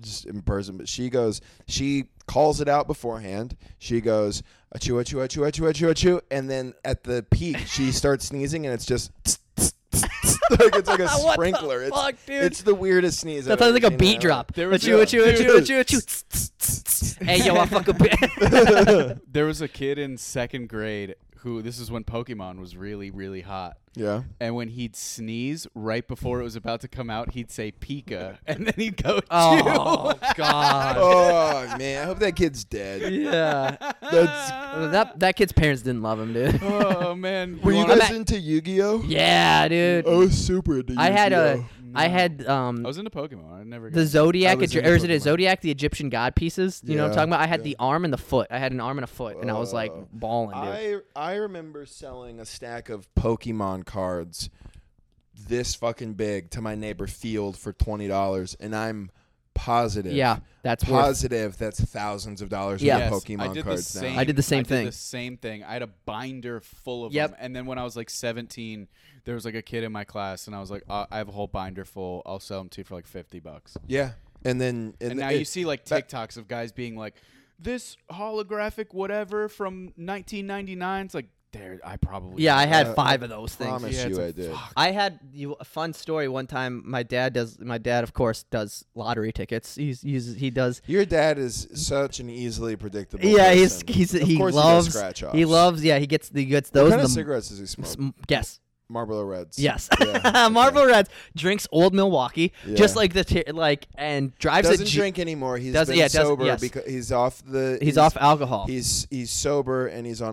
Speaker 3: just in person, but she goes. She calls it out beforehand. She goes achoo achoo achoo achoo achoo achoo, and then at the peak she starts sneezing, and it's just. like it's like a
Speaker 1: What the
Speaker 3: sprinkler. it's,
Speaker 1: fuck, dude?
Speaker 3: it's the weirdest sneeze.
Speaker 1: that
Speaker 3: I've
Speaker 1: sounds
Speaker 3: ever
Speaker 1: like a
Speaker 3: seen in
Speaker 1: beat
Speaker 3: my
Speaker 1: drop.
Speaker 3: life.
Speaker 4: There was
Speaker 1: Achoo,
Speaker 4: a-
Speaker 1: achoo, achoo,
Speaker 3: Dude.
Speaker 1: achoo, achoo. Hey, yo, I fuck a bitch.
Speaker 4: There was a kid in second grade who this is when Pokemon was really really hot.
Speaker 3: Yeah.
Speaker 4: And when he'd sneeze right before it was about to come out, he'd say Pika, and then he'd go.
Speaker 1: Oh God.
Speaker 3: Oh man, I hope that kid's dead.
Speaker 1: Yeah.
Speaker 3: That's.
Speaker 1: That that kid's parents didn't love him, dude.
Speaker 4: Oh man!
Speaker 3: Were you
Speaker 4: wanna-
Speaker 1: I'm
Speaker 3: guys
Speaker 1: at-
Speaker 3: into Yu-Gi-Oh?
Speaker 1: Yeah, dude.
Speaker 3: I was super into.
Speaker 1: I had
Speaker 3: Oh, Yu-Gi-Oh.
Speaker 1: a, I had um
Speaker 4: I was into Pokemon. I never.
Speaker 1: the
Speaker 4: got-
Speaker 1: zodiac,
Speaker 3: I was
Speaker 1: Egy-
Speaker 3: into
Speaker 1: or is it a
Speaker 3: Pokemon.
Speaker 1: zodiac? The Egyptian god pieces. You know what I'm
Speaker 3: Yeah,
Speaker 1: talking about? I had
Speaker 3: yeah.
Speaker 1: the arm and the foot. I had an arm and a foot, and I was like
Speaker 3: Whoa.
Speaker 1: balling, dude.
Speaker 3: I I remember selling a stack of Pokemon cards this fucking big to my neighbor Field for twenty dollars, and I'm positive.
Speaker 1: yeah, that's worth.
Speaker 3: Positive. That's thousands of dollars
Speaker 1: Yeah.
Speaker 3: in
Speaker 4: Yes, I
Speaker 3: Pokemon
Speaker 4: did
Speaker 3: cards
Speaker 4: the same,
Speaker 3: now.
Speaker 1: I did the same thing.
Speaker 4: the same thing. I had a binder full of
Speaker 1: Yep.
Speaker 4: them, and then when I was like 17, there was like a kid in my class, and I was like, uh, I have a whole binder full. I'll sell them to you for like 50 bucks.
Speaker 3: Yeah, and then and,
Speaker 4: And now
Speaker 3: it-
Speaker 4: you see like
Speaker 3: that-
Speaker 4: TikToks of guys being like, this holographic whatever from 1999. It's like, there, I probably
Speaker 1: Yeah, I had
Speaker 3: Uh,
Speaker 1: five of those things.
Speaker 3: Promise
Speaker 4: Yeah, it's
Speaker 3: you,
Speaker 4: a
Speaker 3: I did.
Speaker 1: I had you a fun story one time. My dad does. My dad, of course, does lottery tickets. He's uses he does.
Speaker 3: Your dad is such an easily predictable.
Speaker 1: Yeah, he's
Speaker 3: person.
Speaker 1: he's
Speaker 3: Of
Speaker 1: he
Speaker 3: course
Speaker 1: loves.
Speaker 3: He, does scratch
Speaker 1: he
Speaker 3: offs.
Speaker 1: loves. Yeah, he gets he gets those.
Speaker 3: What kind
Speaker 1: and
Speaker 3: of
Speaker 1: the-
Speaker 3: cigarettes does he smoke?
Speaker 1: sm- Yes.
Speaker 3: Marlboro Reds.
Speaker 1: Yes,
Speaker 3: Yeah, okay.
Speaker 1: Marvel Reds drinks Old Milwaukee, just
Speaker 3: Yeah.
Speaker 1: like the t- like, and drives a
Speaker 3: doesn't
Speaker 1: Jeep-
Speaker 3: drink anymore. He's
Speaker 1: Doesn't-
Speaker 3: been
Speaker 1: yeah, doesn't-
Speaker 3: sober
Speaker 1: yes.
Speaker 3: because he's off the.
Speaker 1: He's off alcohol.
Speaker 3: He's he's sober and he's on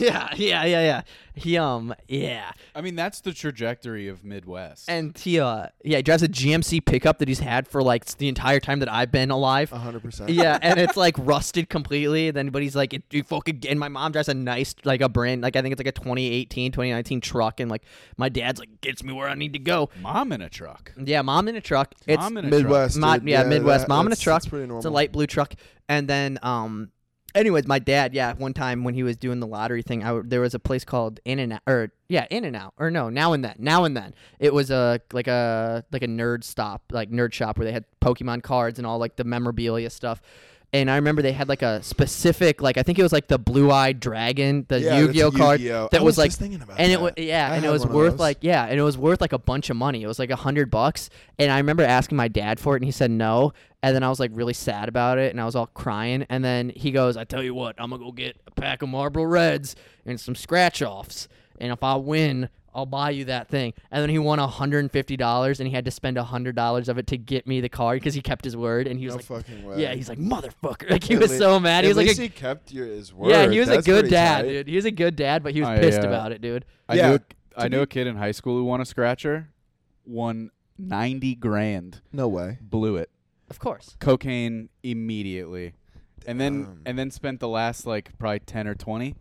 Speaker 1: Yeah, yeah, yeah, yeah. He um, yeah,
Speaker 4: I mean, that's the trajectory of Midwest.
Speaker 1: and he uh, yeah, he drives a GMC pickup that he's had for like the entire time that I've been alive.
Speaker 3: hundred percent.
Speaker 1: Yeah, and it's like rusted completely. Then, but he's like, it, you fucking. And my mom drives a nice, like a brand, like I think it's like a 2018, 2019 truck, and like my dad's like gets me where I need to go.
Speaker 4: Mom in a truck.
Speaker 1: Yeah, mom in a truck. It's
Speaker 4: Mom in a
Speaker 3: Midwest.
Speaker 1: Mo-
Speaker 3: dude.
Speaker 1: yeah, Midwest.
Speaker 3: that-
Speaker 1: mom in a
Speaker 3: that's-
Speaker 1: truck.
Speaker 3: That's pretty normal.
Speaker 1: It's a light blue truck. And then, um, anyways, my dad, yeah, one time when he was doing the lottery thing, I w- there was a place called In and Out, or yeah, In and Out, or no, Now and Then, Now and Then. It was a like a like a nerd stop, like nerd shop where they had Pokemon cards and all like the memorabilia stuff. And I remember they had like a specific, like I think it was like the blue-eyed dragon, the
Speaker 3: Yeah, that's
Speaker 1: Yu-Gi-Oh card
Speaker 3: Yu-Gi-Oh.
Speaker 1: that
Speaker 3: I
Speaker 1: was
Speaker 3: was
Speaker 1: like,
Speaker 3: just thinking about
Speaker 1: and it
Speaker 3: that.
Speaker 1: was yeah,
Speaker 3: I
Speaker 1: and it
Speaker 3: had
Speaker 1: was
Speaker 3: one of
Speaker 1: worth
Speaker 3: those.
Speaker 1: like yeah, and it was worth like a bunch of money. It was like a hundred bucks. And I remember asking my dad for it, and he said no. And then I was like really sad about it, and I was all crying. And then he goes, "I tell you what, I'm gonna go get a pack of Marlboro Reds and some scratch offs, and if I win." I'll buy you that thing. And then he won $150 and he had to spend $100 of it to get me the card because he kept his word. And he was
Speaker 3: No
Speaker 1: like,
Speaker 3: fucking way.
Speaker 1: Yeah, he's like, motherfucker. Like, he
Speaker 3: At
Speaker 1: was
Speaker 3: lea-
Speaker 1: so mad. He was
Speaker 3: at
Speaker 1: like,
Speaker 3: least
Speaker 1: a,
Speaker 3: he kept your, his word.
Speaker 1: Yeah, he was a
Speaker 3: That's
Speaker 1: good
Speaker 3: pretty
Speaker 1: dad,
Speaker 3: tight.
Speaker 1: dude. He was a good dad, but he was
Speaker 4: I,
Speaker 1: pissed
Speaker 4: uh,
Speaker 1: about it, dude.
Speaker 4: I
Speaker 3: Yeah,
Speaker 4: knew,
Speaker 3: to
Speaker 4: I knew
Speaker 3: be-
Speaker 4: a kid in high school who won a scratcher, won 90 grand,
Speaker 3: No way.
Speaker 4: blew it.
Speaker 1: Of course.
Speaker 4: cocaine immediately, and then
Speaker 3: Damn.
Speaker 4: and then spent the last like probably ten or twenty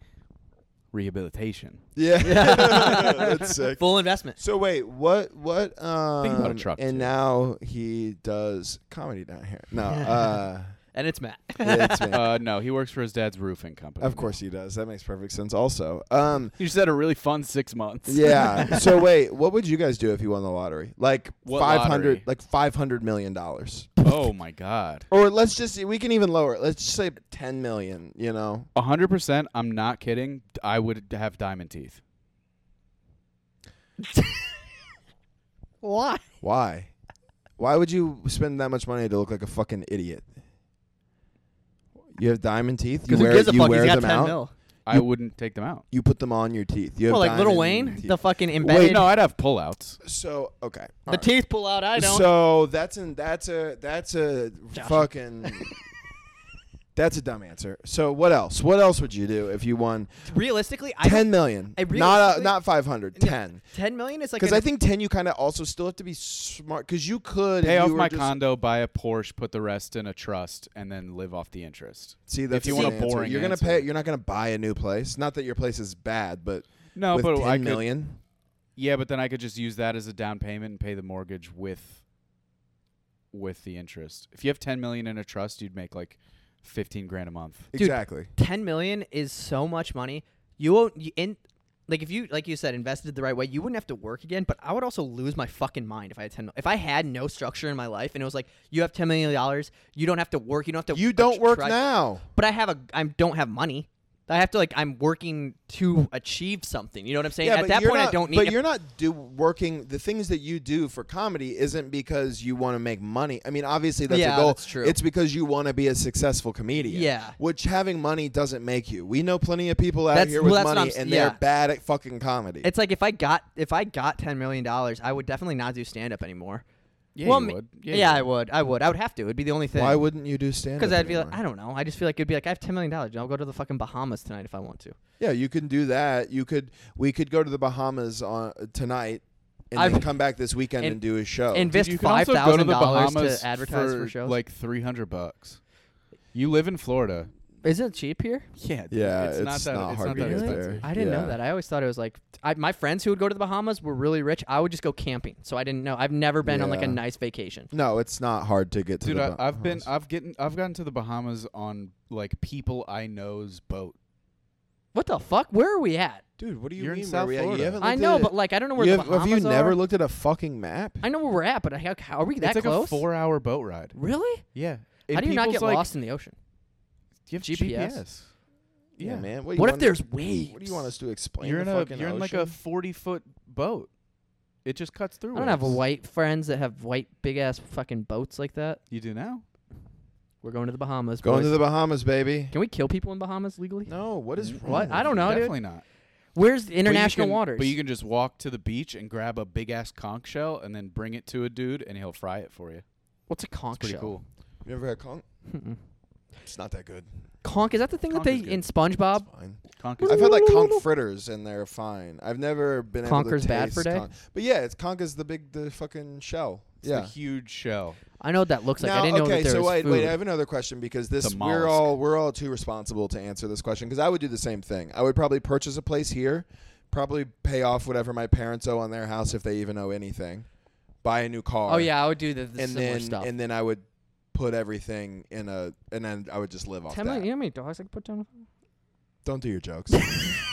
Speaker 4: rehabilitation.
Speaker 3: Yeah, that's sick.
Speaker 1: Full investment.
Speaker 3: So wait, what? What? Um,
Speaker 4: about a truck,
Speaker 3: And
Speaker 4: too.
Speaker 3: now he does comedy down here. No, uh,
Speaker 1: and it's Matt.
Speaker 3: Yeah, it's me.
Speaker 4: Uh, no, he works for his dad's roofing company.
Speaker 3: of course he does. That makes perfect sense. Also, um,
Speaker 4: You just had a really fun six months.
Speaker 3: yeah. so wait, what would you guys do if you won the lottery? Like
Speaker 4: What
Speaker 3: five hundred,
Speaker 4: lottery?
Speaker 3: like five hundred million dollars,
Speaker 4: oh my god.
Speaker 3: or let's just see, we can even lower it. Let's just say ten million. You know,
Speaker 4: A hundred percent. I'm not kidding. I would have diamond teeth.
Speaker 1: Why?
Speaker 3: why? Why would you spend that much money to look like a fucking idiot? You have diamond teeth. You
Speaker 1: Because who
Speaker 3: wear,
Speaker 1: gives a
Speaker 3: you
Speaker 1: fuck?
Speaker 3: wear
Speaker 1: He's got
Speaker 3: them
Speaker 1: 10
Speaker 3: out.
Speaker 1: mil.
Speaker 4: I wouldn't take them out.
Speaker 3: You put them on your teeth. You have
Speaker 1: Well, like Little
Speaker 3: diamond
Speaker 1: Wayne,
Speaker 3: teeth.
Speaker 1: the fucking embedded.
Speaker 4: Wait, no, I'd have pullouts.
Speaker 3: so okay.
Speaker 1: the
Speaker 3: all right.
Speaker 1: teeth pull out. I don't.
Speaker 3: So that's an that's a that's a
Speaker 1: Josh.
Speaker 3: fucking that's a dumb answer. So what else? What else would you do if you won
Speaker 1: Realistically, I
Speaker 3: ten million?
Speaker 1: I
Speaker 3: not uh,
Speaker 1: realistically-
Speaker 3: not five hundred.
Speaker 1: No,
Speaker 3: Ten.
Speaker 1: ten million is like.
Speaker 3: Because
Speaker 1: an-
Speaker 3: I think ten, you kind of also still have to be smart. Because you could
Speaker 4: Pay
Speaker 3: if
Speaker 4: off
Speaker 3: you were
Speaker 4: my
Speaker 3: just-
Speaker 4: condo, buy a Porsche, put the rest in a trust, and then live off the interest.
Speaker 3: See, that's
Speaker 4: you
Speaker 3: the
Speaker 4: want a
Speaker 3: same answer.
Speaker 4: boring
Speaker 3: you're
Speaker 4: answer.
Speaker 3: gonna pay. You're not gonna buy a new place. Not that your place is bad, but
Speaker 4: No,
Speaker 3: with
Speaker 4: but I
Speaker 3: ten
Speaker 4: could.
Speaker 3: million,
Speaker 4: Yeah, but then I could just use that as a down payment and pay the mortgage with with the interest. If you have ten million in a trust, you'd make like fifteen grand a month.
Speaker 3: exactly.
Speaker 1: 10 million is so much money. You won't you in like if you like you said invested the right way, you wouldn't have to work again, but I would also lose my fucking mind if I had 10 mil- if I had no structure in my life and it was like you have 10 million dollars, you don't have to work, you don't have to
Speaker 3: You don't work
Speaker 1: try-
Speaker 3: now.
Speaker 1: But I have a I don't have money. I have to like I'm working to achieve something. You know what I'm saying? At
Speaker 3: but
Speaker 1: that
Speaker 3: you're
Speaker 1: point I
Speaker 3: not-
Speaker 1: don't need
Speaker 3: But
Speaker 1: to-
Speaker 3: you're not do working the things that you do for comedy isn't because you want to make money. I mean, obviously that's
Speaker 1: Yeah,
Speaker 3: a goal.
Speaker 1: that's true.
Speaker 3: It's because you want to be a successful comedian.
Speaker 1: Yeah.
Speaker 3: Which having money doesn't make you. We know plenty of people out
Speaker 1: That's-
Speaker 3: here
Speaker 1: well,
Speaker 3: with
Speaker 1: that's what
Speaker 3: money
Speaker 1: I'm s-
Speaker 3: and
Speaker 1: yeah.
Speaker 3: they're bad at fucking comedy.
Speaker 1: It's like if I got if I got 10 million dollars, I would definitely not do stand up anymore.
Speaker 4: Yeah,
Speaker 1: Well,
Speaker 4: you
Speaker 1: m-
Speaker 4: would.
Speaker 1: Yeah,
Speaker 4: you
Speaker 1: I would. I would. I would have to. It'd be the only thing.
Speaker 3: Why wouldn't you do stand
Speaker 1: Because I'd be like, I don't know. I just feel like it'd be like, I have ten million dollars. I'll go to the fucking Bahamas tonight if I want to.
Speaker 3: yeah, you can do that. You could. We could go to the Bahamas on tonight. And
Speaker 1: I've-
Speaker 3: then come back this weekend
Speaker 1: and-
Speaker 3: and, do a show.
Speaker 1: invest
Speaker 4: you can
Speaker 1: five
Speaker 4: also go to
Speaker 1: thousand
Speaker 4: the
Speaker 1: dollars
Speaker 4: Bahamas
Speaker 1: to advertise for,
Speaker 4: for
Speaker 1: shows.
Speaker 4: like three hundred bucks. You live in Florida.
Speaker 1: is it cheap here?
Speaker 4: Yeah,
Speaker 3: Yeah,
Speaker 4: it's, not
Speaker 3: it's
Speaker 4: that
Speaker 3: not
Speaker 4: it's
Speaker 3: hard
Speaker 4: not
Speaker 3: to
Speaker 4: that
Speaker 3: get
Speaker 4: expensive.
Speaker 3: there.
Speaker 1: I didn't know
Speaker 3: Yeah.
Speaker 1: that. I always thought it was like I, my friends who would go to the Bahamas were really rich. I would just go camping, so I didn't know. I've never been on like a
Speaker 3: Yeah.
Speaker 1: nice vacation.
Speaker 3: no, it's not hard to get to.
Speaker 4: Dude,
Speaker 3: the
Speaker 4: I, I've been,
Speaker 3: Bahamas.
Speaker 4: I've getting, I've gotten to the Bahamas on like people I know's boat.
Speaker 1: What the fuck? Where are we at?
Speaker 3: Dude, what do you
Speaker 4: You're in
Speaker 3: mean? where
Speaker 4: South
Speaker 3: we at? You
Speaker 4: Florida.
Speaker 3: haven't
Speaker 1: I
Speaker 3: looked
Speaker 1: know,
Speaker 3: at it.
Speaker 1: but like I don't know where
Speaker 3: You
Speaker 1: the
Speaker 3: have, have
Speaker 1: Bahamas
Speaker 3: you
Speaker 1: are.
Speaker 3: never looked at a fucking map?
Speaker 1: I know where we're at, but how, how are we that
Speaker 4: it's like
Speaker 1: close?
Speaker 4: a four-hour boat ride.
Speaker 1: Really?
Speaker 4: Yeah.
Speaker 1: how do you not get
Speaker 4: like,
Speaker 1: lost in the ocean?
Speaker 4: You have
Speaker 1: GPS?
Speaker 4: GPS.
Speaker 3: yeah, man. What, do you
Speaker 1: What if
Speaker 3: want-
Speaker 1: there's waves?
Speaker 3: What do you want us to explain?
Speaker 4: You're in
Speaker 3: the
Speaker 4: a,
Speaker 3: fucking
Speaker 4: you're in like a
Speaker 3: ocean?
Speaker 4: forty-foot boat. It just cuts through.
Speaker 1: I don't have
Speaker 4: waves.
Speaker 1: white friends that have white big ass fucking boats like that.
Speaker 4: You do now.
Speaker 1: We're going to the Bahamas.
Speaker 3: going
Speaker 1: boys.
Speaker 3: to the Bahamas, baby.
Speaker 1: Can we kill people in Bahamas legally?
Speaker 3: No, what is
Speaker 4: Mm,
Speaker 3: wrong?
Speaker 1: What?
Speaker 3: with
Speaker 1: I don't
Speaker 3: you?
Speaker 1: know, dude.
Speaker 4: Definitely not.
Speaker 1: Where's the
Speaker 4: But you
Speaker 1: international
Speaker 4: can-
Speaker 1: waters?
Speaker 4: But you can just walk to the beach and grab a big ass conch shell and then bring it to a dude and he'll fry it for you.
Speaker 1: What's a conch
Speaker 4: It's pretty
Speaker 1: shell?
Speaker 4: cool.
Speaker 3: You ever had conch?
Speaker 1: Mm-mm.
Speaker 3: It's not that good.
Speaker 1: Conch is that the thing
Speaker 4: Conch
Speaker 1: that
Speaker 4: is
Speaker 1: they
Speaker 4: good.
Speaker 1: in SpongeBob?
Speaker 3: It's fine.
Speaker 4: Conch
Speaker 3: I've had like conch fritters and they're fine. I've never been able
Speaker 1: Conker's
Speaker 3: to
Speaker 1: bad for
Speaker 3: taste
Speaker 1: day?
Speaker 3: conch. But yeah, it's conch is the big the fucking shell.
Speaker 4: yeah.
Speaker 3: yeah.
Speaker 4: a huge shell.
Speaker 1: I know what that looks like.
Speaker 3: Now,
Speaker 1: I didn't
Speaker 3: okay,
Speaker 1: know that there
Speaker 3: so
Speaker 1: was
Speaker 3: wait,
Speaker 1: food.
Speaker 3: wait. I have another question because this
Speaker 4: a
Speaker 3: we're all we're all too responsible to answer this question because I would do the same thing. I would probably purchase a place here, probably pay off whatever my parents owe on their house if they even owe anything, buy a new car.
Speaker 1: oh yeah, I would do the, the
Speaker 3: and
Speaker 1: similar
Speaker 3: then
Speaker 1: stuff.
Speaker 3: and then I would put everything in a and then I would just live off
Speaker 1: Ten
Speaker 3: that.
Speaker 1: million. You know how many dogs I could put down?
Speaker 3: Don't do your jokes.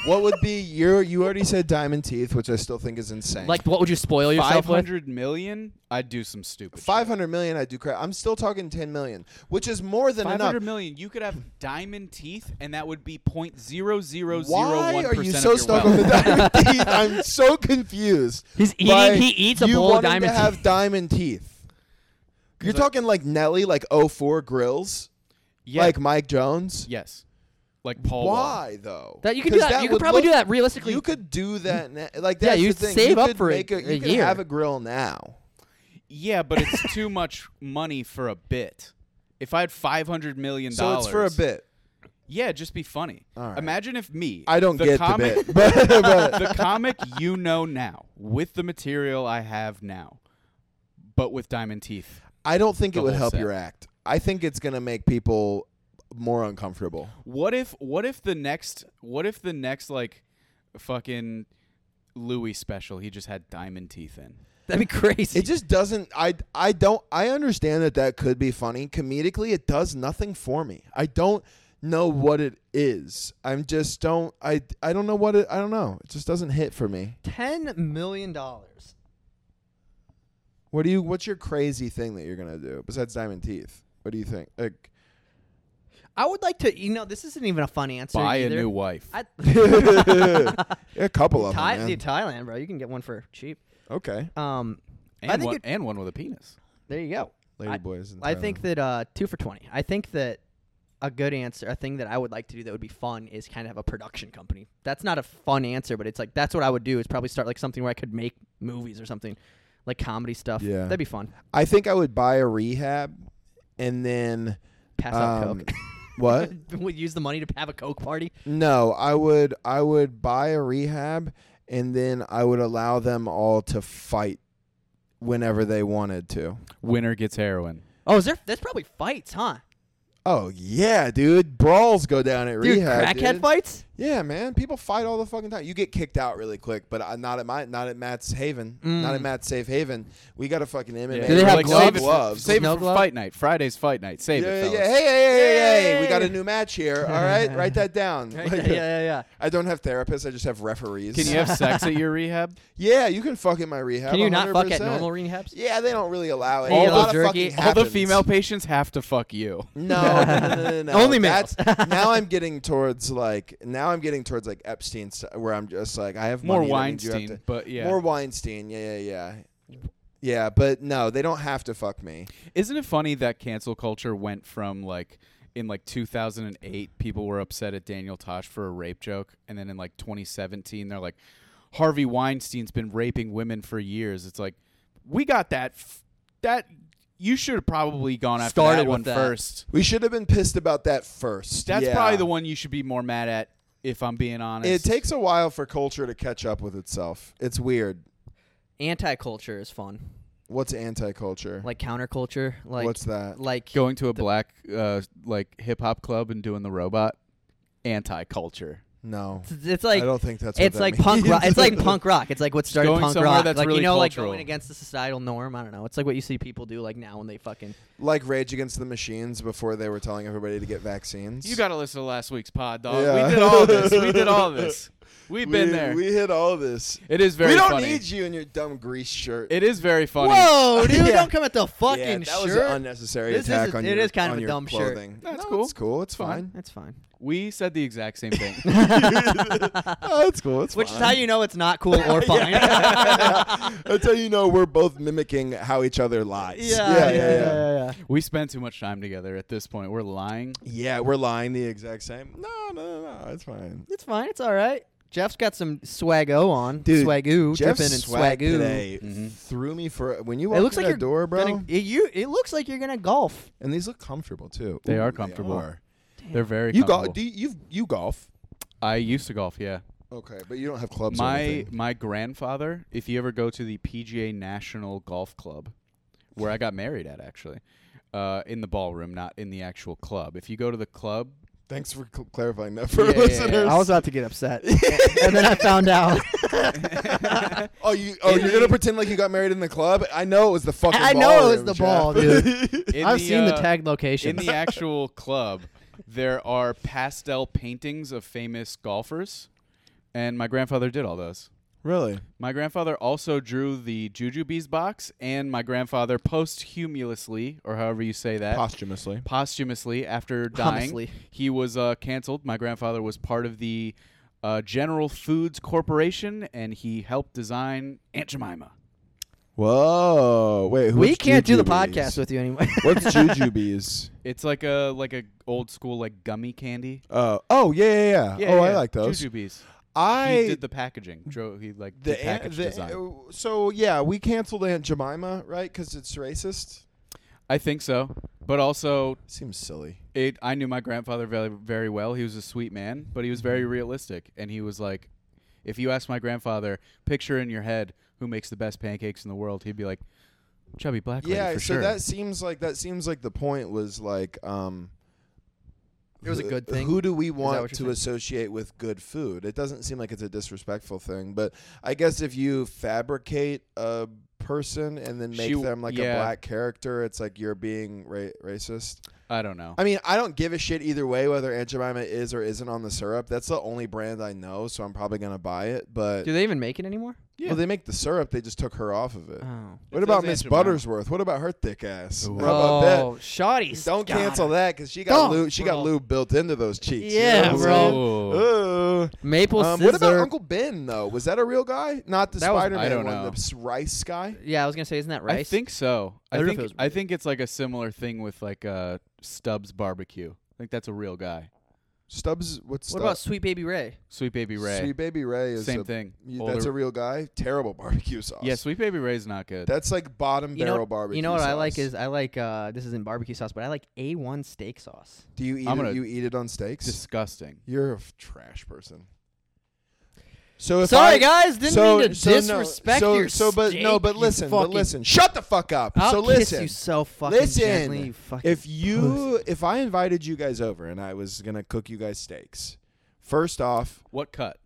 Speaker 3: what would be your? You already said diamond teeth, which I still think is insane.
Speaker 1: Like, what would you spoil yourself with?
Speaker 4: 500 million, I'd do some stupid. shit.
Speaker 3: five hundred million, I do crap. I'm still talking ten million, which is more than enough.
Speaker 4: 500 million, you could have diamond teeth, and that would be 0.0001%
Speaker 3: Why are you
Speaker 4: of
Speaker 3: so
Speaker 4: your
Speaker 3: stuck on
Speaker 4: wealth.
Speaker 3: the diamond teeth? I'm so confused.
Speaker 1: He's eating.
Speaker 3: by
Speaker 1: he eats a
Speaker 3: you
Speaker 1: bowl of
Speaker 3: wanting
Speaker 1: diamond
Speaker 3: to have diamond teeth. You're
Speaker 4: I-
Speaker 3: talking like Nelly, like 04 grills,
Speaker 4: yeah.
Speaker 3: like Mike Jones.
Speaker 4: yes. Like Paul. Wall.
Speaker 3: Why though?
Speaker 1: That you could
Speaker 3: 'Cause
Speaker 1: do that. you could
Speaker 3: would
Speaker 1: probably do
Speaker 3: look-
Speaker 1: that realistically.
Speaker 3: You could do that. Na- like
Speaker 1: Yeah,
Speaker 3: that's
Speaker 1: you
Speaker 3: the thing.
Speaker 1: save
Speaker 3: you
Speaker 1: up
Speaker 3: could
Speaker 1: for a-
Speaker 3: make a, you
Speaker 1: a
Speaker 3: could
Speaker 1: year.
Speaker 3: Have a grill now.
Speaker 4: Yeah, but it's too much money for a bit. If I had 500 million
Speaker 3: So it's for a bit.
Speaker 4: Yeah, just be funny.
Speaker 3: All right.
Speaker 4: Imagine if me.
Speaker 3: I don't
Speaker 4: the
Speaker 3: get
Speaker 4: comic,
Speaker 3: the bit, but, but
Speaker 4: the comic you know now with the material I have now, but with diamond teeth.
Speaker 3: I don't think
Speaker 4: The
Speaker 3: it would
Speaker 4: whole
Speaker 3: help
Speaker 4: set.
Speaker 3: your act. I think it's gonna make people more uncomfortable.
Speaker 4: What if what if the next what if the next like fucking Louis special he just had diamond teeth in?
Speaker 1: That'd be crazy.
Speaker 3: It just doesn't. I I don't. I understand that that could be funny comedically. It does nothing for me. I don't know what it is. I'm just don't. I I don't know what it. I don't know. It just doesn't hit for me.
Speaker 1: Ten million dollars.
Speaker 3: What do you? What's your crazy thing that you're gonna do besides diamond teeth? What do you think? Like,
Speaker 1: I would like to. You know, this isn't even a fun answer.
Speaker 4: Buy
Speaker 1: either.
Speaker 4: a new wife.
Speaker 1: I,
Speaker 3: a couple of them.
Speaker 1: Thai,
Speaker 3: man.
Speaker 1: dude, Thailand, bro. You can get one for cheap.
Speaker 3: Okay,
Speaker 1: Um,
Speaker 4: and,
Speaker 1: I think
Speaker 4: one,
Speaker 1: it-
Speaker 4: and one with a penis.
Speaker 1: there you go.
Speaker 3: lady
Speaker 1: I-
Speaker 3: boys. in
Speaker 1: I think
Speaker 3: Thailand.
Speaker 1: that uh, two for twenty. I think that a good answer, a thing that I would like to do that would be fun, is kind of have a production company. That's not a fun answer, but it's like that's what I would do. Is probably start like something where I could make movies or something, like comedy stuff.
Speaker 3: Yeah.
Speaker 1: that'd be fun.
Speaker 3: I think I would buy a rehab, and then
Speaker 1: Pass out
Speaker 3: Um,
Speaker 1: coke.
Speaker 3: what?
Speaker 1: we use the money to have a coke party.
Speaker 3: No, I would I would buy a rehab and then I would allow them all to fight whenever they wanted to.
Speaker 4: Winner gets heroin.
Speaker 1: Oh, is there? There's probably fights, huh?
Speaker 3: Oh yeah, dude. Brawls go down at
Speaker 1: Dude,
Speaker 3: rehab.
Speaker 1: crackhead
Speaker 3: dude.
Speaker 1: fights.
Speaker 3: Yeah, man. People fight all the fucking time. You get kicked out really quick, but I, not at my not at Matt's Haven. Not at Matt's Safe Haven. We got a fucking MMA.
Speaker 1: Mm. Do they have
Speaker 4: like,
Speaker 1: gloves?
Speaker 4: Save it,
Speaker 3: Gloves.
Speaker 4: Save it
Speaker 1: No
Speaker 4: for
Speaker 1: glove?
Speaker 4: fight night. Friday's fight night. Save
Speaker 3: yeah,
Speaker 4: it,
Speaker 3: yeah,
Speaker 4: fellas.
Speaker 3: yeah. Hey, hey, hey, hey, hey, We got a
Speaker 1: Yay.
Speaker 3: new match here. All right, write that down.
Speaker 1: yeah, yeah, yeah, yeah.
Speaker 3: I don't have therapists. I just have referees.
Speaker 4: Can you have sex at your rehab?
Speaker 3: Yeah, you can fuck in my rehab.
Speaker 1: Can you
Speaker 3: 100%.
Speaker 1: not fuck at normal rehabs?
Speaker 3: Yeah, they don't really allow it.
Speaker 1: All
Speaker 3: a
Speaker 1: the
Speaker 3: lot
Speaker 1: jerky-
Speaker 3: of fucking
Speaker 4: All the
Speaker 3: happens.
Speaker 4: female patients have to fuck you.
Speaker 3: No, no, no, no, no, no.
Speaker 1: Only males.
Speaker 3: That's, now I'm getting towards like now I'm getting towards like Epstein, st- where I'm just like I have
Speaker 4: More
Speaker 3: money, that means you have
Speaker 4: Weinstein,
Speaker 3: to-
Speaker 4: but yeah.
Speaker 3: more Weinstein. Yeah, yeah, yeah, yeah. But no, they don't have to fuck me.
Speaker 4: Isn't it funny that cancel culture went from like in like 2008 people were upset at Daniel Tosh for a rape joke and then in like 2017 they're like Harvey Weinstein's been raping women for years. It's like we got that f- that you should have probably gone after
Speaker 1: Started
Speaker 4: that
Speaker 1: with
Speaker 4: one
Speaker 1: that.
Speaker 4: first.
Speaker 3: We should have been pissed about that first.
Speaker 4: That's
Speaker 3: Yeah.
Speaker 4: probably the one you should be more mad at if I'm being honest.
Speaker 3: It takes a while for culture to catch up with itself. It's weird.
Speaker 1: Anti-culture is fun,
Speaker 3: What's anti-culture?
Speaker 1: like counterculture, like
Speaker 3: What's that?
Speaker 1: like
Speaker 4: going to a black uh, like hip hop club and doing the robot anti-culture.
Speaker 3: No,
Speaker 1: it's it's like
Speaker 3: I don't think that's. what
Speaker 1: it's
Speaker 3: that
Speaker 1: like punk
Speaker 3: means.
Speaker 1: rock. It's like punk rock. It's like what started
Speaker 4: going
Speaker 1: punk
Speaker 4: somewhere
Speaker 1: rock.
Speaker 4: that's
Speaker 1: like
Speaker 4: really
Speaker 1: you know,
Speaker 4: cultural.
Speaker 1: like going against the societal norm. I don't know. It's like what you see people do like now when they fucking.
Speaker 3: like Rage Against the Machines before they were telling everybody to get vaccines.
Speaker 4: You got to listen to last week's pod, dog.
Speaker 3: Yeah.
Speaker 4: We did all this. We did all this. We've been there.
Speaker 3: We hit all this.
Speaker 4: it is very
Speaker 3: we don't
Speaker 4: funny.
Speaker 3: need you in your dumb grease shirt.
Speaker 4: It is very funny.
Speaker 1: Whoa, dude!
Speaker 3: Yeah.
Speaker 1: Don't come at the fucking
Speaker 3: yeah, that was
Speaker 1: shirt.
Speaker 3: an unnecessary
Speaker 1: This is
Speaker 3: attack
Speaker 1: a-
Speaker 3: on
Speaker 1: it
Speaker 3: your
Speaker 1: is kind
Speaker 3: on
Speaker 1: of a
Speaker 3: your
Speaker 1: dumb shirt.
Speaker 3: clothing.
Speaker 4: That's
Speaker 3: No,
Speaker 4: cool.
Speaker 3: It's cool. It's fine.
Speaker 1: That's fine.
Speaker 4: We said the exact same thing.
Speaker 3: Oh, it's cool. It's
Speaker 1: Which is
Speaker 3: fine.
Speaker 1: how you know it's not cool or fine.
Speaker 3: That's how you know we're both mimicking how each other lies. yeah, yeah. yeah.
Speaker 1: yeah, yeah.
Speaker 4: we spend too much time together at this point. We're lying.
Speaker 3: Yeah, we're lying the exact same. No, no, no, no. It's fine.
Speaker 1: It's fine. It's all right. Jeff's got some swaggo on.
Speaker 3: Dude,
Speaker 1: swagoo,
Speaker 3: Jeff's
Speaker 1: dripping and
Speaker 3: swag
Speaker 1: swagoo.
Speaker 3: today threw me for when you
Speaker 1: It
Speaker 3: walked
Speaker 1: looks
Speaker 3: in
Speaker 1: like
Speaker 3: that
Speaker 1: you're
Speaker 3: door, bro.
Speaker 1: Gonna, you. It looks like you're gonna golf.
Speaker 3: and these look comfortable too.
Speaker 4: They
Speaker 3: Ooh,
Speaker 4: are comfortable.
Speaker 3: are.
Speaker 4: They're very.
Speaker 3: You
Speaker 4: comfortable.
Speaker 3: golf? Do you you've- you golf?
Speaker 4: I used to golf. Yeah.
Speaker 3: Okay, but you don't have clubs. or
Speaker 4: my
Speaker 3: anything.
Speaker 4: my grandfather. If you ever go to the PGA National Golf Club, where I got married at, actually, uh, in the ballroom, not in the actual club. If you go to the club,
Speaker 3: Thanks for cl- clarifying that for
Speaker 4: Yeah, yeah, yeah.
Speaker 3: listeners.
Speaker 1: I was about to get upset, and then I found out.
Speaker 3: Oh, you oh
Speaker 4: In
Speaker 3: you're
Speaker 4: the-
Speaker 3: gonna pretend like you got married in the club? I know it was the fucking.
Speaker 1: I know it was
Speaker 3: ballroom,
Speaker 1: the
Speaker 3: Jeff.
Speaker 1: ball, dude.
Speaker 4: in
Speaker 1: I've seen the
Speaker 4: uh,
Speaker 1: tagged location.
Speaker 4: in the actual club, there are pastel paintings of famous golfers, and my grandfather did all those.
Speaker 3: really?
Speaker 4: My grandfather also drew the Jujubes box, and my grandfather posthumously, or however you say
Speaker 1: Uh,
Speaker 4: that,
Speaker 3: Posthumously.
Speaker 4: posthumously after dying,
Speaker 1: Humously.
Speaker 4: he was uh, canceled. My grandfather was part of the uh, General Foods Corporation, and he helped design Aunt Jemima.
Speaker 3: Whoa! Wait,
Speaker 1: we can't do the podcast with you anyway.
Speaker 3: What's jujubes?
Speaker 4: It's like a like a old school like gummy candy.
Speaker 3: Oh, oh yeah, yeah, yeah. oh, I like those.
Speaker 4: Jujubes.
Speaker 3: I
Speaker 4: he did the packaging. Drew, he like the,
Speaker 3: the, aunt-
Speaker 4: package
Speaker 3: the-
Speaker 4: design.
Speaker 3: uh, so yeah, we canceled Aunt Jemima, right? Because it's racist.
Speaker 4: I think so, but also
Speaker 3: Seems silly.
Speaker 4: it. I knew my grandfather very very well. He was a sweet man, but he was
Speaker 3: Mm-hmm.
Speaker 4: very realistic, and he was like, if you ask my grandfather, picture in your head who makes the best pancakes in the world, he'd be like, chubby black lady
Speaker 3: yeah,
Speaker 4: for
Speaker 3: so
Speaker 4: sure.
Speaker 3: that seems like that seems like the point was like um
Speaker 1: It was a
Speaker 3: who-
Speaker 1: good thing?
Speaker 3: Uh, Who do we
Speaker 1: that
Speaker 3: want
Speaker 1: what
Speaker 3: to
Speaker 1: you're saying?
Speaker 3: associate with good food? It doesn't seem like it's a disrespectful thing, but I guess if you fabricate a person and then make
Speaker 4: She-
Speaker 3: them like
Speaker 4: yeah.
Speaker 3: a black character, it's like you're being ra- racist.
Speaker 4: I don't know.
Speaker 3: I mean, I don't give a shit either way whether Aunt Jemima is or isn't on the syrup. That's the only brand I know, so I'm probably gonna buy it. But
Speaker 1: Do they even make it anymore?
Speaker 4: Yeah.
Speaker 3: well, they make the syrup. They just took her off of it.
Speaker 1: Oh.
Speaker 3: what
Speaker 4: It
Speaker 3: about
Speaker 4: says
Speaker 3: Miss
Speaker 4: Aunt Jemima.
Speaker 3: Buttersworth? What about her thick ass?
Speaker 4: Ooh.
Speaker 3: Uh, How about that?
Speaker 1: Oh, Shoddy's.
Speaker 3: Don't
Speaker 1: got
Speaker 3: cancel
Speaker 1: it.
Speaker 3: that because she got
Speaker 1: Don't,
Speaker 3: lube, she got
Speaker 1: bro.
Speaker 3: lube built into those cheeks. you
Speaker 1: Yeah,
Speaker 3: know what I'm
Speaker 1: bro.
Speaker 3: saying?
Speaker 4: Ooh.
Speaker 3: Ooh.
Speaker 1: Maple
Speaker 3: Um,
Speaker 1: scissor.
Speaker 3: what about Uncle Ben though? Was that a real guy? Not the
Speaker 1: That was-
Speaker 3: Spider-Man
Speaker 4: I don't
Speaker 3: one,
Speaker 4: know.
Speaker 3: the s- rice guy.
Speaker 1: yeah, I was gonna say, isn't that rice?
Speaker 4: I think so.
Speaker 1: I
Speaker 4: I,
Speaker 1: don't know if it
Speaker 4: think
Speaker 1: was
Speaker 4: I
Speaker 1: real.
Speaker 4: think it's like a similar thing with like uh, Stubbs Barbecue. I think that's a real guy.
Speaker 3: Stubbs. What's
Speaker 1: What
Speaker 3: Stubbs?
Speaker 1: about Sweet Baby Ray?
Speaker 4: Sweet Baby Ray.
Speaker 3: Sweet Baby Ray? Is
Speaker 4: Same
Speaker 3: a-
Speaker 4: thing.
Speaker 3: you-
Speaker 4: Older-
Speaker 3: that's a real guy. Terrible barbecue sauce.
Speaker 4: yeah, Sweet Baby Ray's not good.
Speaker 3: That's like bottom
Speaker 1: You know-
Speaker 3: barrel barbecue.
Speaker 1: You know what I like
Speaker 3: sauce.
Speaker 1: is I like uh, this isn't barbecue sauce, but I like A1 steak sauce.
Speaker 3: do you eat
Speaker 4: I'm
Speaker 3: it,
Speaker 4: gonna
Speaker 3: you eat it on steaks?
Speaker 4: disgusting.
Speaker 3: You're a f- trash person. So if
Speaker 1: Sorry
Speaker 3: I,
Speaker 1: guys, didn't
Speaker 3: so,
Speaker 1: mean to
Speaker 3: so no,
Speaker 1: disrespect
Speaker 3: so,
Speaker 1: your
Speaker 3: so but no
Speaker 1: steak,
Speaker 3: but
Speaker 1: you
Speaker 3: listen but
Speaker 1: fucking-
Speaker 3: listen shut the fuck up
Speaker 1: I'll
Speaker 3: so
Speaker 1: kiss
Speaker 3: listen
Speaker 1: you so fucking
Speaker 3: Listen.
Speaker 1: gently, you fucking
Speaker 3: if you
Speaker 1: pussy.
Speaker 3: if I invited you guys over and I was gonna cook you guys steaks, first off,
Speaker 4: What cut?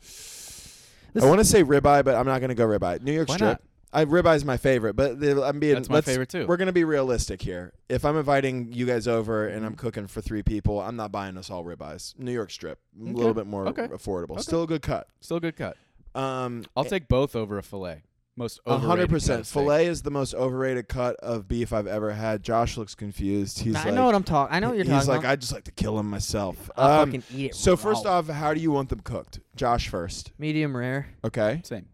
Speaker 1: This-
Speaker 3: I want to say ribeye, but I'm not gonna go ribeye. New York
Speaker 4: Why
Speaker 3: strip.
Speaker 4: not?
Speaker 3: I ribeye is my favorite, but the, I'm being
Speaker 4: That's my
Speaker 3: let's-
Speaker 4: favorite too.
Speaker 3: We're gonna be realistic here. If I'm inviting you guys over and
Speaker 4: Mm-hmm.
Speaker 3: I'm cooking for three people, I'm not buying us all ribeyes. New York strip, a little
Speaker 4: Okay.
Speaker 3: bit more
Speaker 4: Okay.
Speaker 3: affordable.
Speaker 4: Okay.
Speaker 3: Still a good cut.
Speaker 4: Still good cut.
Speaker 3: Um,
Speaker 4: I'll take both over a fillet. Most
Speaker 3: A hundred
Speaker 4: overrated cut of
Speaker 3: percent.
Speaker 4: steak.
Speaker 3: Filet is the most overrated cut of beef I've ever had. Josh looks confused. He's
Speaker 1: Nah, I
Speaker 3: like,
Speaker 1: know what I'm talking. I know what you're
Speaker 3: he's
Speaker 1: talking
Speaker 3: like,
Speaker 1: about.
Speaker 3: I just like to kill him myself.
Speaker 4: Uh,
Speaker 1: I'll
Speaker 3: Um,
Speaker 1: fucking eat it.
Speaker 3: so first
Speaker 1: raw.
Speaker 3: off, how do you want them cooked? Josh first.
Speaker 1: medium rare.
Speaker 3: Okay.
Speaker 4: Same.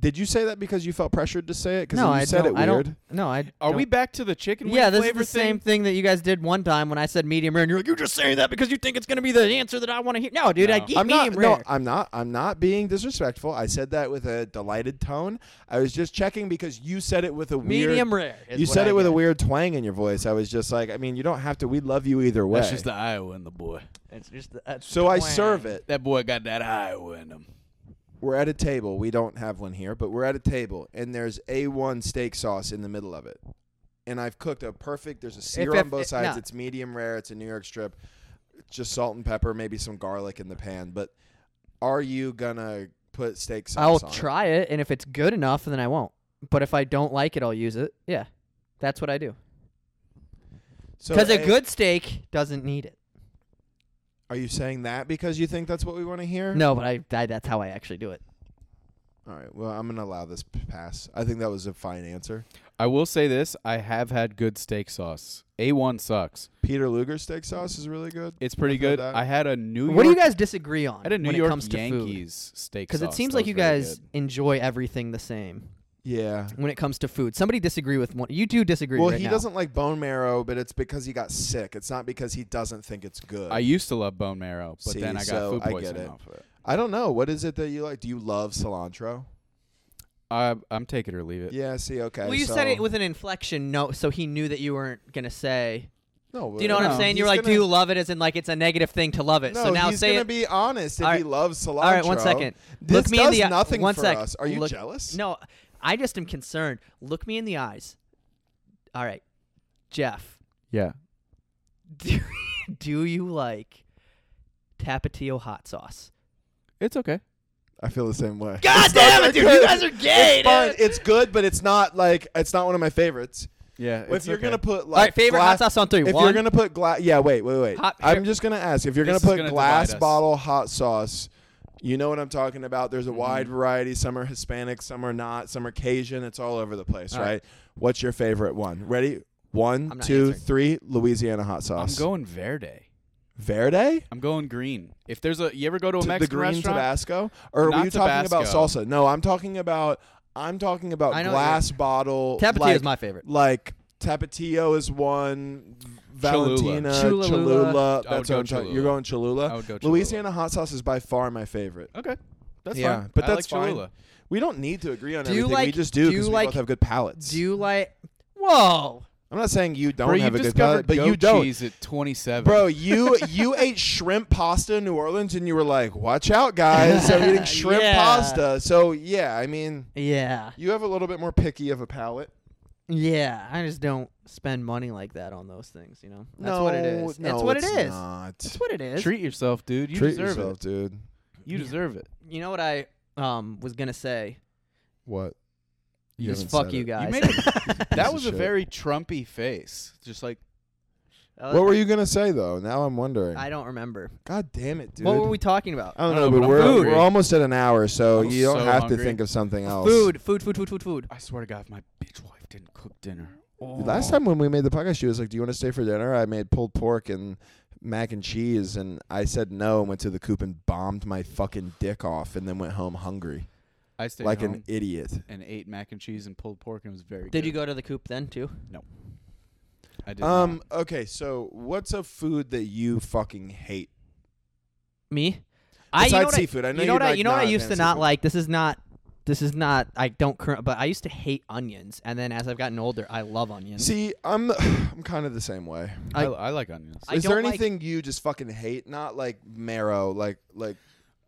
Speaker 3: Did you say that because you felt pressured to say it? Because
Speaker 1: No,
Speaker 3: you
Speaker 1: I
Speaker 3: said
Speaker 1: don't,
Speaker 3: it
Speaker 1: I
Speaker 3: weird.
Speaker 1: don't. No, I.
Speaker 4: Are
Speaker 1: don't-
Speaker 4: we back to the chicken?
Speaker 1: Yeah,
Speaker 4: wing
Speaker 1: this is
Speaker 4: flavor
Speaker 1: the same
Speaker 4: thing?
Speaker 1: thing that you guys did one time when I said medium rare, and you're like, "You're just saying that because you think it's gonna be the answer that I want to hear." No, dude, I
Speaker 4: No.
Speaker 1: eat
Speaker 3: I'm
Speaker 1: medium
Speaker 3: not.
Speaker 1: rare.
Speaker 3: No, I'm not. I'm not being disrespectful. I said that with a delighted tone. I was just checking because you said it with a weird.
Speaker 1: medium rare. is
Speaker 3: you
Speaker 1: what
Speaker 3: said
Speaker 1: I
Speaker 3: it with a
Speaker 1: get.
Speaker 3: weird twang in your voice. I was just like, I mean, you don't have to. We love you either way.
Speaker 4: That's just the Iowa in the boy.
Speaker 1: It's just the- that's
Speaker 3: so I
Speaker 1: twang.
Speaker 3: serve it.
Speaker 4: That boy got that Iowa in him.
Speaker 3: we're at a table. We don't have one here, but we're at a table, and there's A1 steak sauce in the middle of it. And I've cooked a perfect. There's a sear
Speaker 1: if-
Speaker 3: on both
Speaker 1: if-
Speaker 3: sides.
Speaker 1: no.
Speaker 3: It's medium rare. It's a New York strip. Just salt and pepper, maybe some garlic in the pan. But are you gonna put steak sauce?
Speaker 1: I'll
Speaker 3: on it?
Speaker 1: try it, and if it's good enough, then I won't. But if I don't like it, I'll use it. Yeah, that's what I do.
Speaker 3: So
Speaker 1: Because a
Speaker 3: A-
Speaker 1: good steak doesn't need it.
Speaker 3: Are you saying that because you think that's what we want to hear?
Speaker 1: No, but I, I that's how I actually do it.
Speaker 3: All right. Well, I'm gonna allow this p- pass. I think that was a fine answer.
Speaker 4: I will say this: I have had good steak sauce. A one sucks.
Speaker 3: Peter Luger steak sauce is really good.
Speaker 4: It's pretty
Speaker 3: I've had
Speaker 4: good.
Speaker 3: that.
Speaker 4: I had a New York.
Speaker 1: what do you guys disagree on
Speaker 4: I had a New
Speaker 1: when
Speaker 4: York
Speaker 1: it comes to food?
Speaker 4: Yankees steak sauce.
Speaker 1: Because it seems
Speaker 4: that
Speaker 1: like
Speaker 4: was
Speaker 1: you
Speaker 4: really
Speaker 1: guys
Speaker 4: good.
Speaker 1: enjoy everything the same
Speaker 3: Yeah.
Speaker 1: when it comes to food. Somebody disagree with one. You two disagree.
Speaker 3: Well,
Speaker 1: right
Speaker 3: he
Speaker 1: now.
Speaker 3: doesn't like bone marrow, but it's because he got sick. It's not because he doesn't think it's good.
Speaker 4: I used to love bone marrow, but
Speaker 3: See,
Speaker 4: then I got
Speaker 3: so
Speaker 4: food
Speaker 3: I get
Speaker 4: poisoning
Speaker 3: it.
Speaker 4: off of it.
Speaker 3: I don't know. What is it that you like? Do you love cilantro?
Speaker 4: I, I'm take it or leave it.
Speaker 3: Yeah. See. Okay.
Speaker 1: Well, you
Speaker 3: so-
Speaker 1: said it with an inflection, no, so he knew that you weren't gonna say.
Speaker 3: No.
Speaker 1: Do you know what
Speaker 4: No.
Speaker 1: I'm saying? You're
Speaker 3: he's
Speaker 1: like,
Speaker 3: gonna-
Speaker 1: do you love it? As in, like, it's a negative thing to love it.
Speaker 3: No,
Speaker 1: so now
Speaker 3: he's
Speaker 1: say
Speaker 3: gonna
Speaker 1: it.
Speaker 3: be honest if
Speaker 1: All
Speaker 3: he
Speaker 1: right.
Speaker 3: loves cilantro.
Speaker 1: All right, one second.
Speaker 3: This
Speaker 1: Look me
Speaker 3: does
Speaker 1: in the eye-
Speaker 3: nothing
Speaker 1: one
Speaker 3: for
Speaker 1: sec.
Speaker 3: us. Are you
Speaker 1: Look-
Speaker 3: jealous?
Speaker 1: No, I just am concerned. Look me in the eyes. All right, Jeff,
Speaker 4: Yeah.
Speaker 1: do, do you like Tapatio hot sauce?
Speaker 4: It's okay.
Speaker 3: I feel the same way.
Speaker 1: God damn it, dude! You guys are gay.
Speaker 3: It's fine.
Speaker 1: dude.
Speaker 3: It's good, but it's not like it's not one of my favorites.
Speaker 4: Yeah.
Speaker 3: if you're gonna put like
Speaker 1: All right, favorite
Speaker 3: glass,
Speaker 1: hot sauce on three.
Speaker 3: If
Speaker 1: One.
Speaker 3: you're gonna put glass, yeah, wait, wait, wait.
Speaker 1: Hot-
Speaker 3: I'm
Speaker 1: here-
Speaker 3: just gonna ask if you're gonna
Speaker 4: This is
Speaker 3: put
Speaker 4: gonna
Speaker 3: glass
Speaker 4: divide us.
Speaker 3: bottle hot sauce. You know what I'm talking about. There's a wide variety. Some are Hispanic, some are not, some are Cajun. It's all over the place,
Speaker 4: All
Speaker 3: right?
Speaker 4: right.
Speaker 3: What's your favorite one? Ready? One,
Speaker 1: I'm not
Speaker 3: two,
Speaker 1: answering.
Speaker 3: three. Louisiana hot
Speaker 4: I'm
Speaker 3: sauce.
Speaker 4: going verde.
Speaker 3: Verde.
Speaker 4: I'm going green. If there's a, you ever go to a
Speaker 3: T- the
Speaker 4: Mexican
Speaker 3: green
Speaker 4: restaurant?
Speaker 3: Tabasco, or were
Speaker 4: Not
Speaker 3: you talking about
Speaker 4: Tabasco.
Speaker 3: salsa? No, I'm talking about. I'm talking about
Speaker 1: I know what you're-
Speaker 3: glass bottle.
Speaker 1: Tapatio
Speaker 3: like,
Speaker 1: is my favorite.
Speaker 3: like Tapatio is one,
Speaker 4: Cholula.
Speaker 3: Valentina, Cholula.
Speaker 1: Cholula.
Speaker 4: I would
Speaker 3: That's
Speaker 4: go
Speaker 3: what I'm talking.
Speaker 4: Cholula.
Speaker 3: You're going Cholula.
Speaker 4: I would go Cholula.
Speaker 3: Louisiana hot sauce is by far my favorite.
Speaker 4: Okay, that's
Speaker 3: Yeah,
Speaker 4: fine.
Speaker 3: but
Speaker 4: I
Speaker 3: that's
Speaker 4: like
Speaker 3: fine.
Speaker 4: Cholula.
Speaker 3: We don't need to agree on
Speaker 1: Do you
Speaker 3: everything. we
Speaker 1: like-
Speaker 3: just do
Speaker 1: do you
Speaker 3: because we
Speaker 1: like-
Speaker 3: both have good palates.
Speaker 1: Do you like? Whoa.
Speaker 3: I'm not saying you don't
Speaker 4: Bro,
Speaker 3: have
Speaker 4: you
Speaker 3: a good
Speaker 4: discovered
Speaker 3: palate, but
Speaker 4: goat
Speaker 3: you don't.
Speaker 4: cheese at 27.
Speaker 3: Bro, you you ate shrimp pasta in New Orleans and you were like, "Watch out, guys! I'm eating shrimp
Speaker 1: Yeah.
Speaker 3: pasta." So yeah, I mean,
Speaker 1: Yeah.
Speaker 3: you have a little bit more picky of a palate.
Speaker 1: Yeah, I just don't spend money like that on those things, you know. That's
Speaker 3: no,
Speaker 1: what it is. That's
Speaker 3: No,
Speaker 1: what it
Speaker 3: it's
Speaker 1: is.
Speaker 3: Not.
Speaker 1: That's what it is.
Speaker 4: treat yourself, dude. You
Speaker 3: Treat
Speaker 4: deserve
Speaker 3: yourself,
Speaker 4: it.
Speaker 3: dude.
Speaker 4: You deserve it.
Speaker 1: You know what I um was gonna say
Speaker 3: What? You
Speaker 1: Just
Speaker 3: haven't
Speaker 1: fuck
Speaker 3: said
Speaker 1: you
Speaker 3: it.
Speaker 1: guys.
Speaker 4: You made a- that
Speaker 3: of
Speaker 4: was a
Speaker 3: shit.
Speaker 4: very Trumpy face. Just like
Speaker 1: That
Speaker 3: What
Speaker 1: was-
Speaker 3: were you gonna say though? Now I'm wondering.
Speaker 1: I don't remember.
Speaker 3: God damn it, dude.
Speaker 1: What were we talking about?
Speaker 3: I don't
Speaker 4: I
Speaker 3: know,
Speaker 4: don't know,
Speaker 3: but
Speaker 4: but
Speaker 3: we're
Speaker 4: I'm hungry.
Speaker 3: we're almost at an hour, so
Speaker 4: I'm
Speaker 3: you don't
Speaker 4: so
Speaker 3: have to
Speaker 4: hungry.
Speaker 3: think of something else.
Speaker 1: Food, food, food, food, food, food.
Speaker 4: I swear to God, if my bitch wife didn't cook dinner. Oh.
Speaker 3: Last time when we made the podcast, she was like, "Do you want to stay for dinner?" I made pulled pork and mac and cheese, and I said no and went to the coop and bombed my fucking dick off, and then went home hungry
Speaker 4: I stayed
Speaker 3: like
Speaker 4: home
Speaker 3: an idiot.
Speaker 4: and ate mac and cheese and pulled pork and it was very.
Speaker 1: Did
Speaker 4: good.
Speaker 1: you go to the coop then too?
Speaker 4: I did.
Speaker 3: Um. Okay. So, what's a food that you fucking hate?
Speaker 1: Me? I you
Speaker 3: Besides
Speaker 1: know what I-
Speaker 3: seafood, I, know
Speaker 1: you know what I
Speaker 3: like
Speaker 1: you know what I
Speaker 3: not a
Speaker 1: used to
Speaker 3: fan
Speaker 1: not
Speaker 3: seafood.
Speaker 1: like. This is not this is not I don't current but I used to hate onions and then as I've gotten older I love onions.
Speaker 3: See, I'm the, I'm kind of the same way.
Speaker 4: not. I,
Speaker 1: I-
Speaker 4: I like onions.
Speaker 1: I
Speaker 3: Is there
Speaker 1: don't like-
Speaker 3: anything you just fucking hate? Not like marrow, like like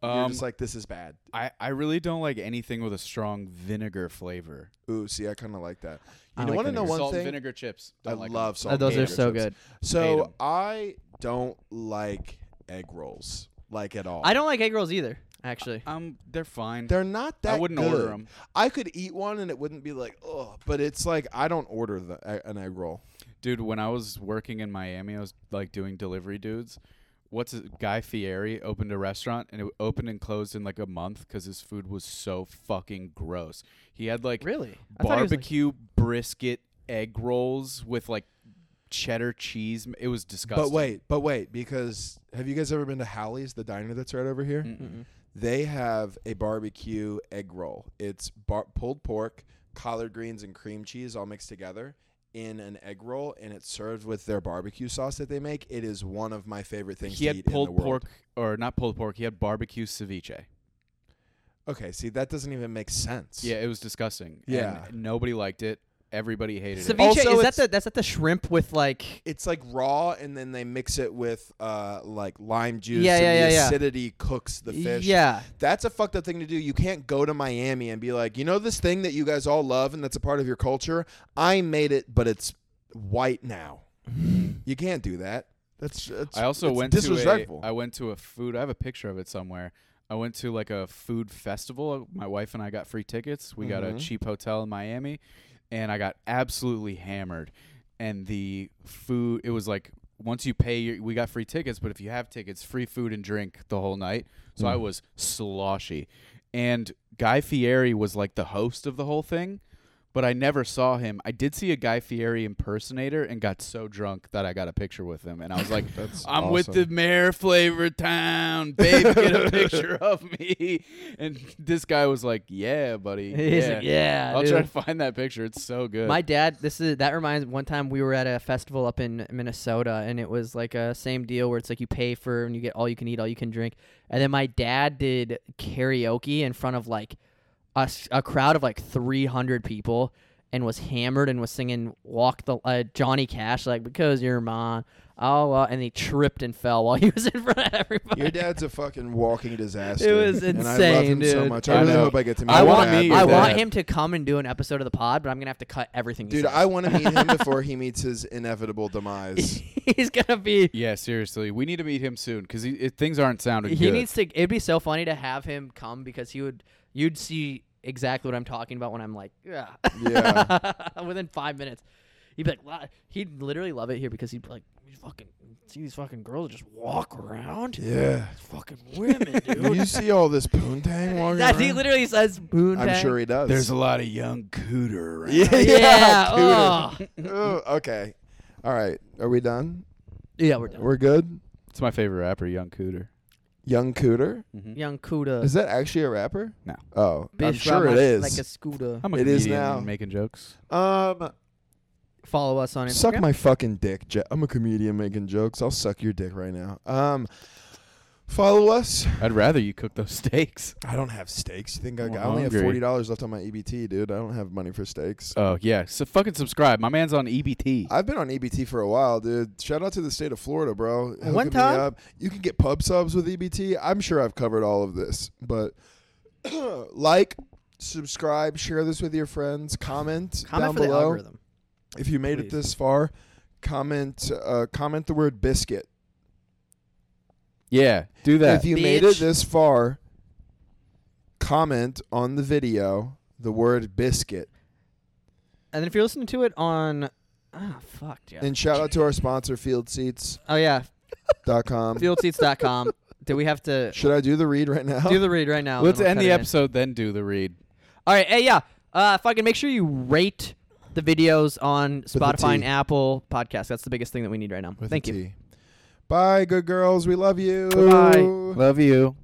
Speaker 3: you're
Speaker 4: um,
Speaker 3: just like this is bad.
Speaker 4: I I really don't like anything with a strong vinegar flavor.
Speaker 3: Ooh, see, I kind of like that.
Speaker 1: I
Speaker 3: You know,
Speaker 1: like
Speaker 3: want to know
Speaker 1: vinegar.
Speaker 3: one
Speaker 4: salt
Speaker 3: thing?
Speaker 4: and vinegar chips.
Speaker 3: I
Speaker 4: Don't like 'em.
Speaker 3: love
Speaker 1: Uh,
Speaker 3: salt.
Speaker 1: those are
Speaker 3: and vinegar
Speaker 1: so
Speaker 3: chips.
Speaker 1: good.
Speaker 4: Hate
Speaker 3: So
Speaker 4: 'em.
Speaker 3: I don't like egg rolls like at all.
Speaker 1: I don't like egg rolls either, actually.
Speaker 4: Um, they're fine.
Speaker 3: They're not that.
Speaker 4: I wouldn't
Speaker 3: good.
Speaker 4: order 'em.
Speaker 3: I could eat one and it wouldn't be like oh, but it's like I don't order the e- an egg roll.
Speaker 4: Dude, when I was working in Miami, I was like doing delivery dudes. What's it? Guy Fieri opened a restaurant and it opened and closed in like a month because his food was so fucking gross. He had like
Speaker 1: Really? I thought he was, like-
Speaker 4: barbecue brisket egg rolls with like cheddar cheese. It was disgusting.
Speaker 3: But wait, but wait, because have you guys ever been to Howley's, the diner that's right over here?
Speaker 4: Mm-mm.
Speaker 3: They have a barbecue egg roll. It's bar- pulled pork, collard greens, and cream cheese all mixed together in an egg roll, and it's served with their barbecue sauce that they make. It is one of my favorite things
Speaker 4: he
Speaker 3: to
Speaker 4: had
Speaker 3: eat
Speaker 4: pulled
Speaker 3: in the world.
Speaker 4: pork or not pulled pork. He had barbecue ceviche.
Speaker 3: Okay, see that doesn't even make sense.
Speaker 4: Yeah, it was disgusting. and
Speaker 3: Yeah. Oh,
Speaker 4: nobody liked it. Everybody hated it.
Speaker 1: Ceviche
Speaker 3: Also,
Speaker 1: is that
Speaker 3: it's-
Speaker 1: the that's that the shrimp with like
Speaker 3: it's like raw, and then they mix it with uh like lime juice.
Speaker 1: Yeah,
Speaker 3: and
Speaker 1: yeah,
Speaker 3: the
Speaker 1: yeah, yeah.
Speaker 3: Acidity cooks the fish.
Speaker 1: Yeah.
Speaker 3: That's a fucked up thing to do. You can't go to Miami and be like, you know, this thing that you guys all love and that's a part of your culture. I made it, but it's white now. you can't do that. That's. that's
Speaker 4: I also
Speaker 3: it's
Speaker 4: went
Speaker 3: disrespectful.
Speaker 4: to a, I went to a food. I have a picture of it somewhere. I went to like a food festival. My wife and I got free tickets. We got a
Speaker 3: Mhm.
Speaker 4: cheap hotel in Miami, and I got absolutely hammered. And the food, it was like once you pay, your, we got free tickets. But if you have tickets, free food and drink the whole night. So
Speaker 1: Hmm.
Speaker 4: I was sloshy, and Guy Fieri was like the host of the whole thing. But I never saw him. I did see a Guy Fieri impersonator and got so drunk that I got a picture with him. And I was like,
Speaker 3: That's
Speaker 4: I'm with
Speaker 3: awesome.
Speaker 4: the mayor flavor town. Babe, get a picture of me. And this guy was like, Yeah, buddy.
Speaker 1: He's
Speaker 4: yeah.
Speaker 1: like, yeah
Speaker 4: I'll
Speaker 1: dude.
Speaker 4: try to find that picture. It's so good.
Speaker 1: My dad, this is that reminds one time we were at a festival up in Minnesota and it was like a same deal where it's like you pay for and you get all you can eat, all you can drink. And then my dad did karaoke in front of like a, s- a crowd of like 300 people and was hammered and was singing walk the uh, Johnny Cash like because you're mine. Oh, uh, and he tripped and fell while he was in front of everybody.
Speaker 3: Your dad's a fucking walking disaster.
Speaker 1: It was
Speaker 3: And I love
Speaker 1: insane,
Speaker 3: him so
Speaker 1: dude.
Speaker 3: much.
Speaker 4: I
Speaker 3: I really
Speaker 4: know.
Speaker 3: hope I get to meet
Speaker 4: I
Speaker 3: him.
Speaker 4: wanna meet your
Speaker 1: I want
Speaker 4: dad.
Speaker 1: him to come and do an episode of the pod, but I'm gonna have to cut everything. he
Speaker 3: Dude,
Speaker 1: says.
Speaker 3: I want to meet him before he meets his inevitable demise.
Speaker 1: he's gonna be
Speaker 4: yeah, seriously. We need to meet him soon because it, things aren't
Speaker 1: he
Speaker 4: sounding good.
Speaker 1: needs to it'd be so funny to have him come because he would you'd see exactly what i'm talking about when i'm like yeah
Speaker 3: Yeah.
Speaker 1: within five minutes he'd be like "Wow." he'd literally love it here because he'd be like you fucking see these fucking girls just walk around
Speaker 3: yeah.
Speaker 1: These fucking women
Speaker 3: When you
Speaker 1: dude
Speaker 3: see all this poontang walking
Speaker 1: that he
Speaker 3: around?
Speaker 1: literally says boon
Speaker 3: I'm sure he does.
Speaker 4: There's a lot of young cooter around.
Speaker 3: yeah,
Speaker 1: yeah
Speaker 3: dude.
Speaker 1: oh.
Speaker 3: Ooh, okay. All right. Are we done?
Speaker 1: yeah we're done
Speaker 3: We're good?
Speaker 4: It's my favorite rapper, Young Cooter.
Speaker 3: Young Cooter?
Speaker 1: young cuda
Speaker 3: Is that actually a rapper?
Speaker 4: No.
Speaker 3: Oh, I'm
Speaker 1: bitch
Speaker 3: sure
Speaker 1: ride
Speaker 3: it
Speaker 1: my-
Speaker 3: is.
Speaker 1: like a scooter
Speaker 4: I'm a
Speaker 3: It
Speaker 4: comedian
Speaker 3: is now.
Speaker 4: making jokes.
Speaker 3: um,
Speaker 1: follow us on
Speaker 3: suck
Speaker 1: Instagram.
Speaker 3: my fucking dick. Je- I'm a comedian making jokes. I'll suck your dick right now. Um, follow us.
Speaker 4: I'd rather you cook those steaks.
Speaker 3: I don't have steaks. You think I
Speaker 4: I'm
Speaker 3: got? I only have
Speaker 4: hungry.
Speaker 3: forty dollars left on my EBT, dude. I don't have money for steaks.
Speaker 4: Oh yeah, so fucking subscribe. My man's on E EBT.
Speaker 3: I've been on EBT for a while, dude. Shout out to the state of Florida, bro. Hooking
Speaker 1: One
Speaker 3: me
Speaker 1: time-
Speaker 3: up. you can get pub subs with EBT. I'm sure I've covered all of this, but like, subscribe, share this with your friends, comment,
Speaker 1: comment
Speaker 3: down
Speaker 1: for the
Speaker 3: below.
Speaker 1: algorithm
Speaker 3: If you made it
Speaker 1: Please.
Speaker 3: this far, comment uh, comment the word biscuit.
Speaker 4: yeah, do that.
Speaker 3: If you made it
Speaker 1: Bitch.
Speaker 3: this far, comment on the video the word biscuit.
Speaker 1: And then if you're listening to it on, ah, fuck, Jeff.
Speaker 3: And shout out to our sponsor, FieldSeats.com.
Speaker 1: oh yeah, fieldseats.com. Do we have to
Speaker 3: Should I do the read right now?
Speaker 1: do the read right now? and
Speaker 4: Let's
Speaker 1: then we'll
Speaker 4: end
Speaker 1: cut
Speaker 4: the
Speaker 1: it in.
Speaker 4: episode, then do the read.
Speaker 1: All right, hey, yeah. Uh, fucking make sure you rate the videos on
Speaker 3: a
Speaker 1: Spotify and
Speaker 3: T.
Speaker 1: Apple Podcasts. That's the biggest thing that we need right now.
Speaker 3: With a
Speaker 1: Thank you.
Speaker 3: T. Bye, good girls. We love you.
Speaker 1: Bye.
Speaker 4: Love you.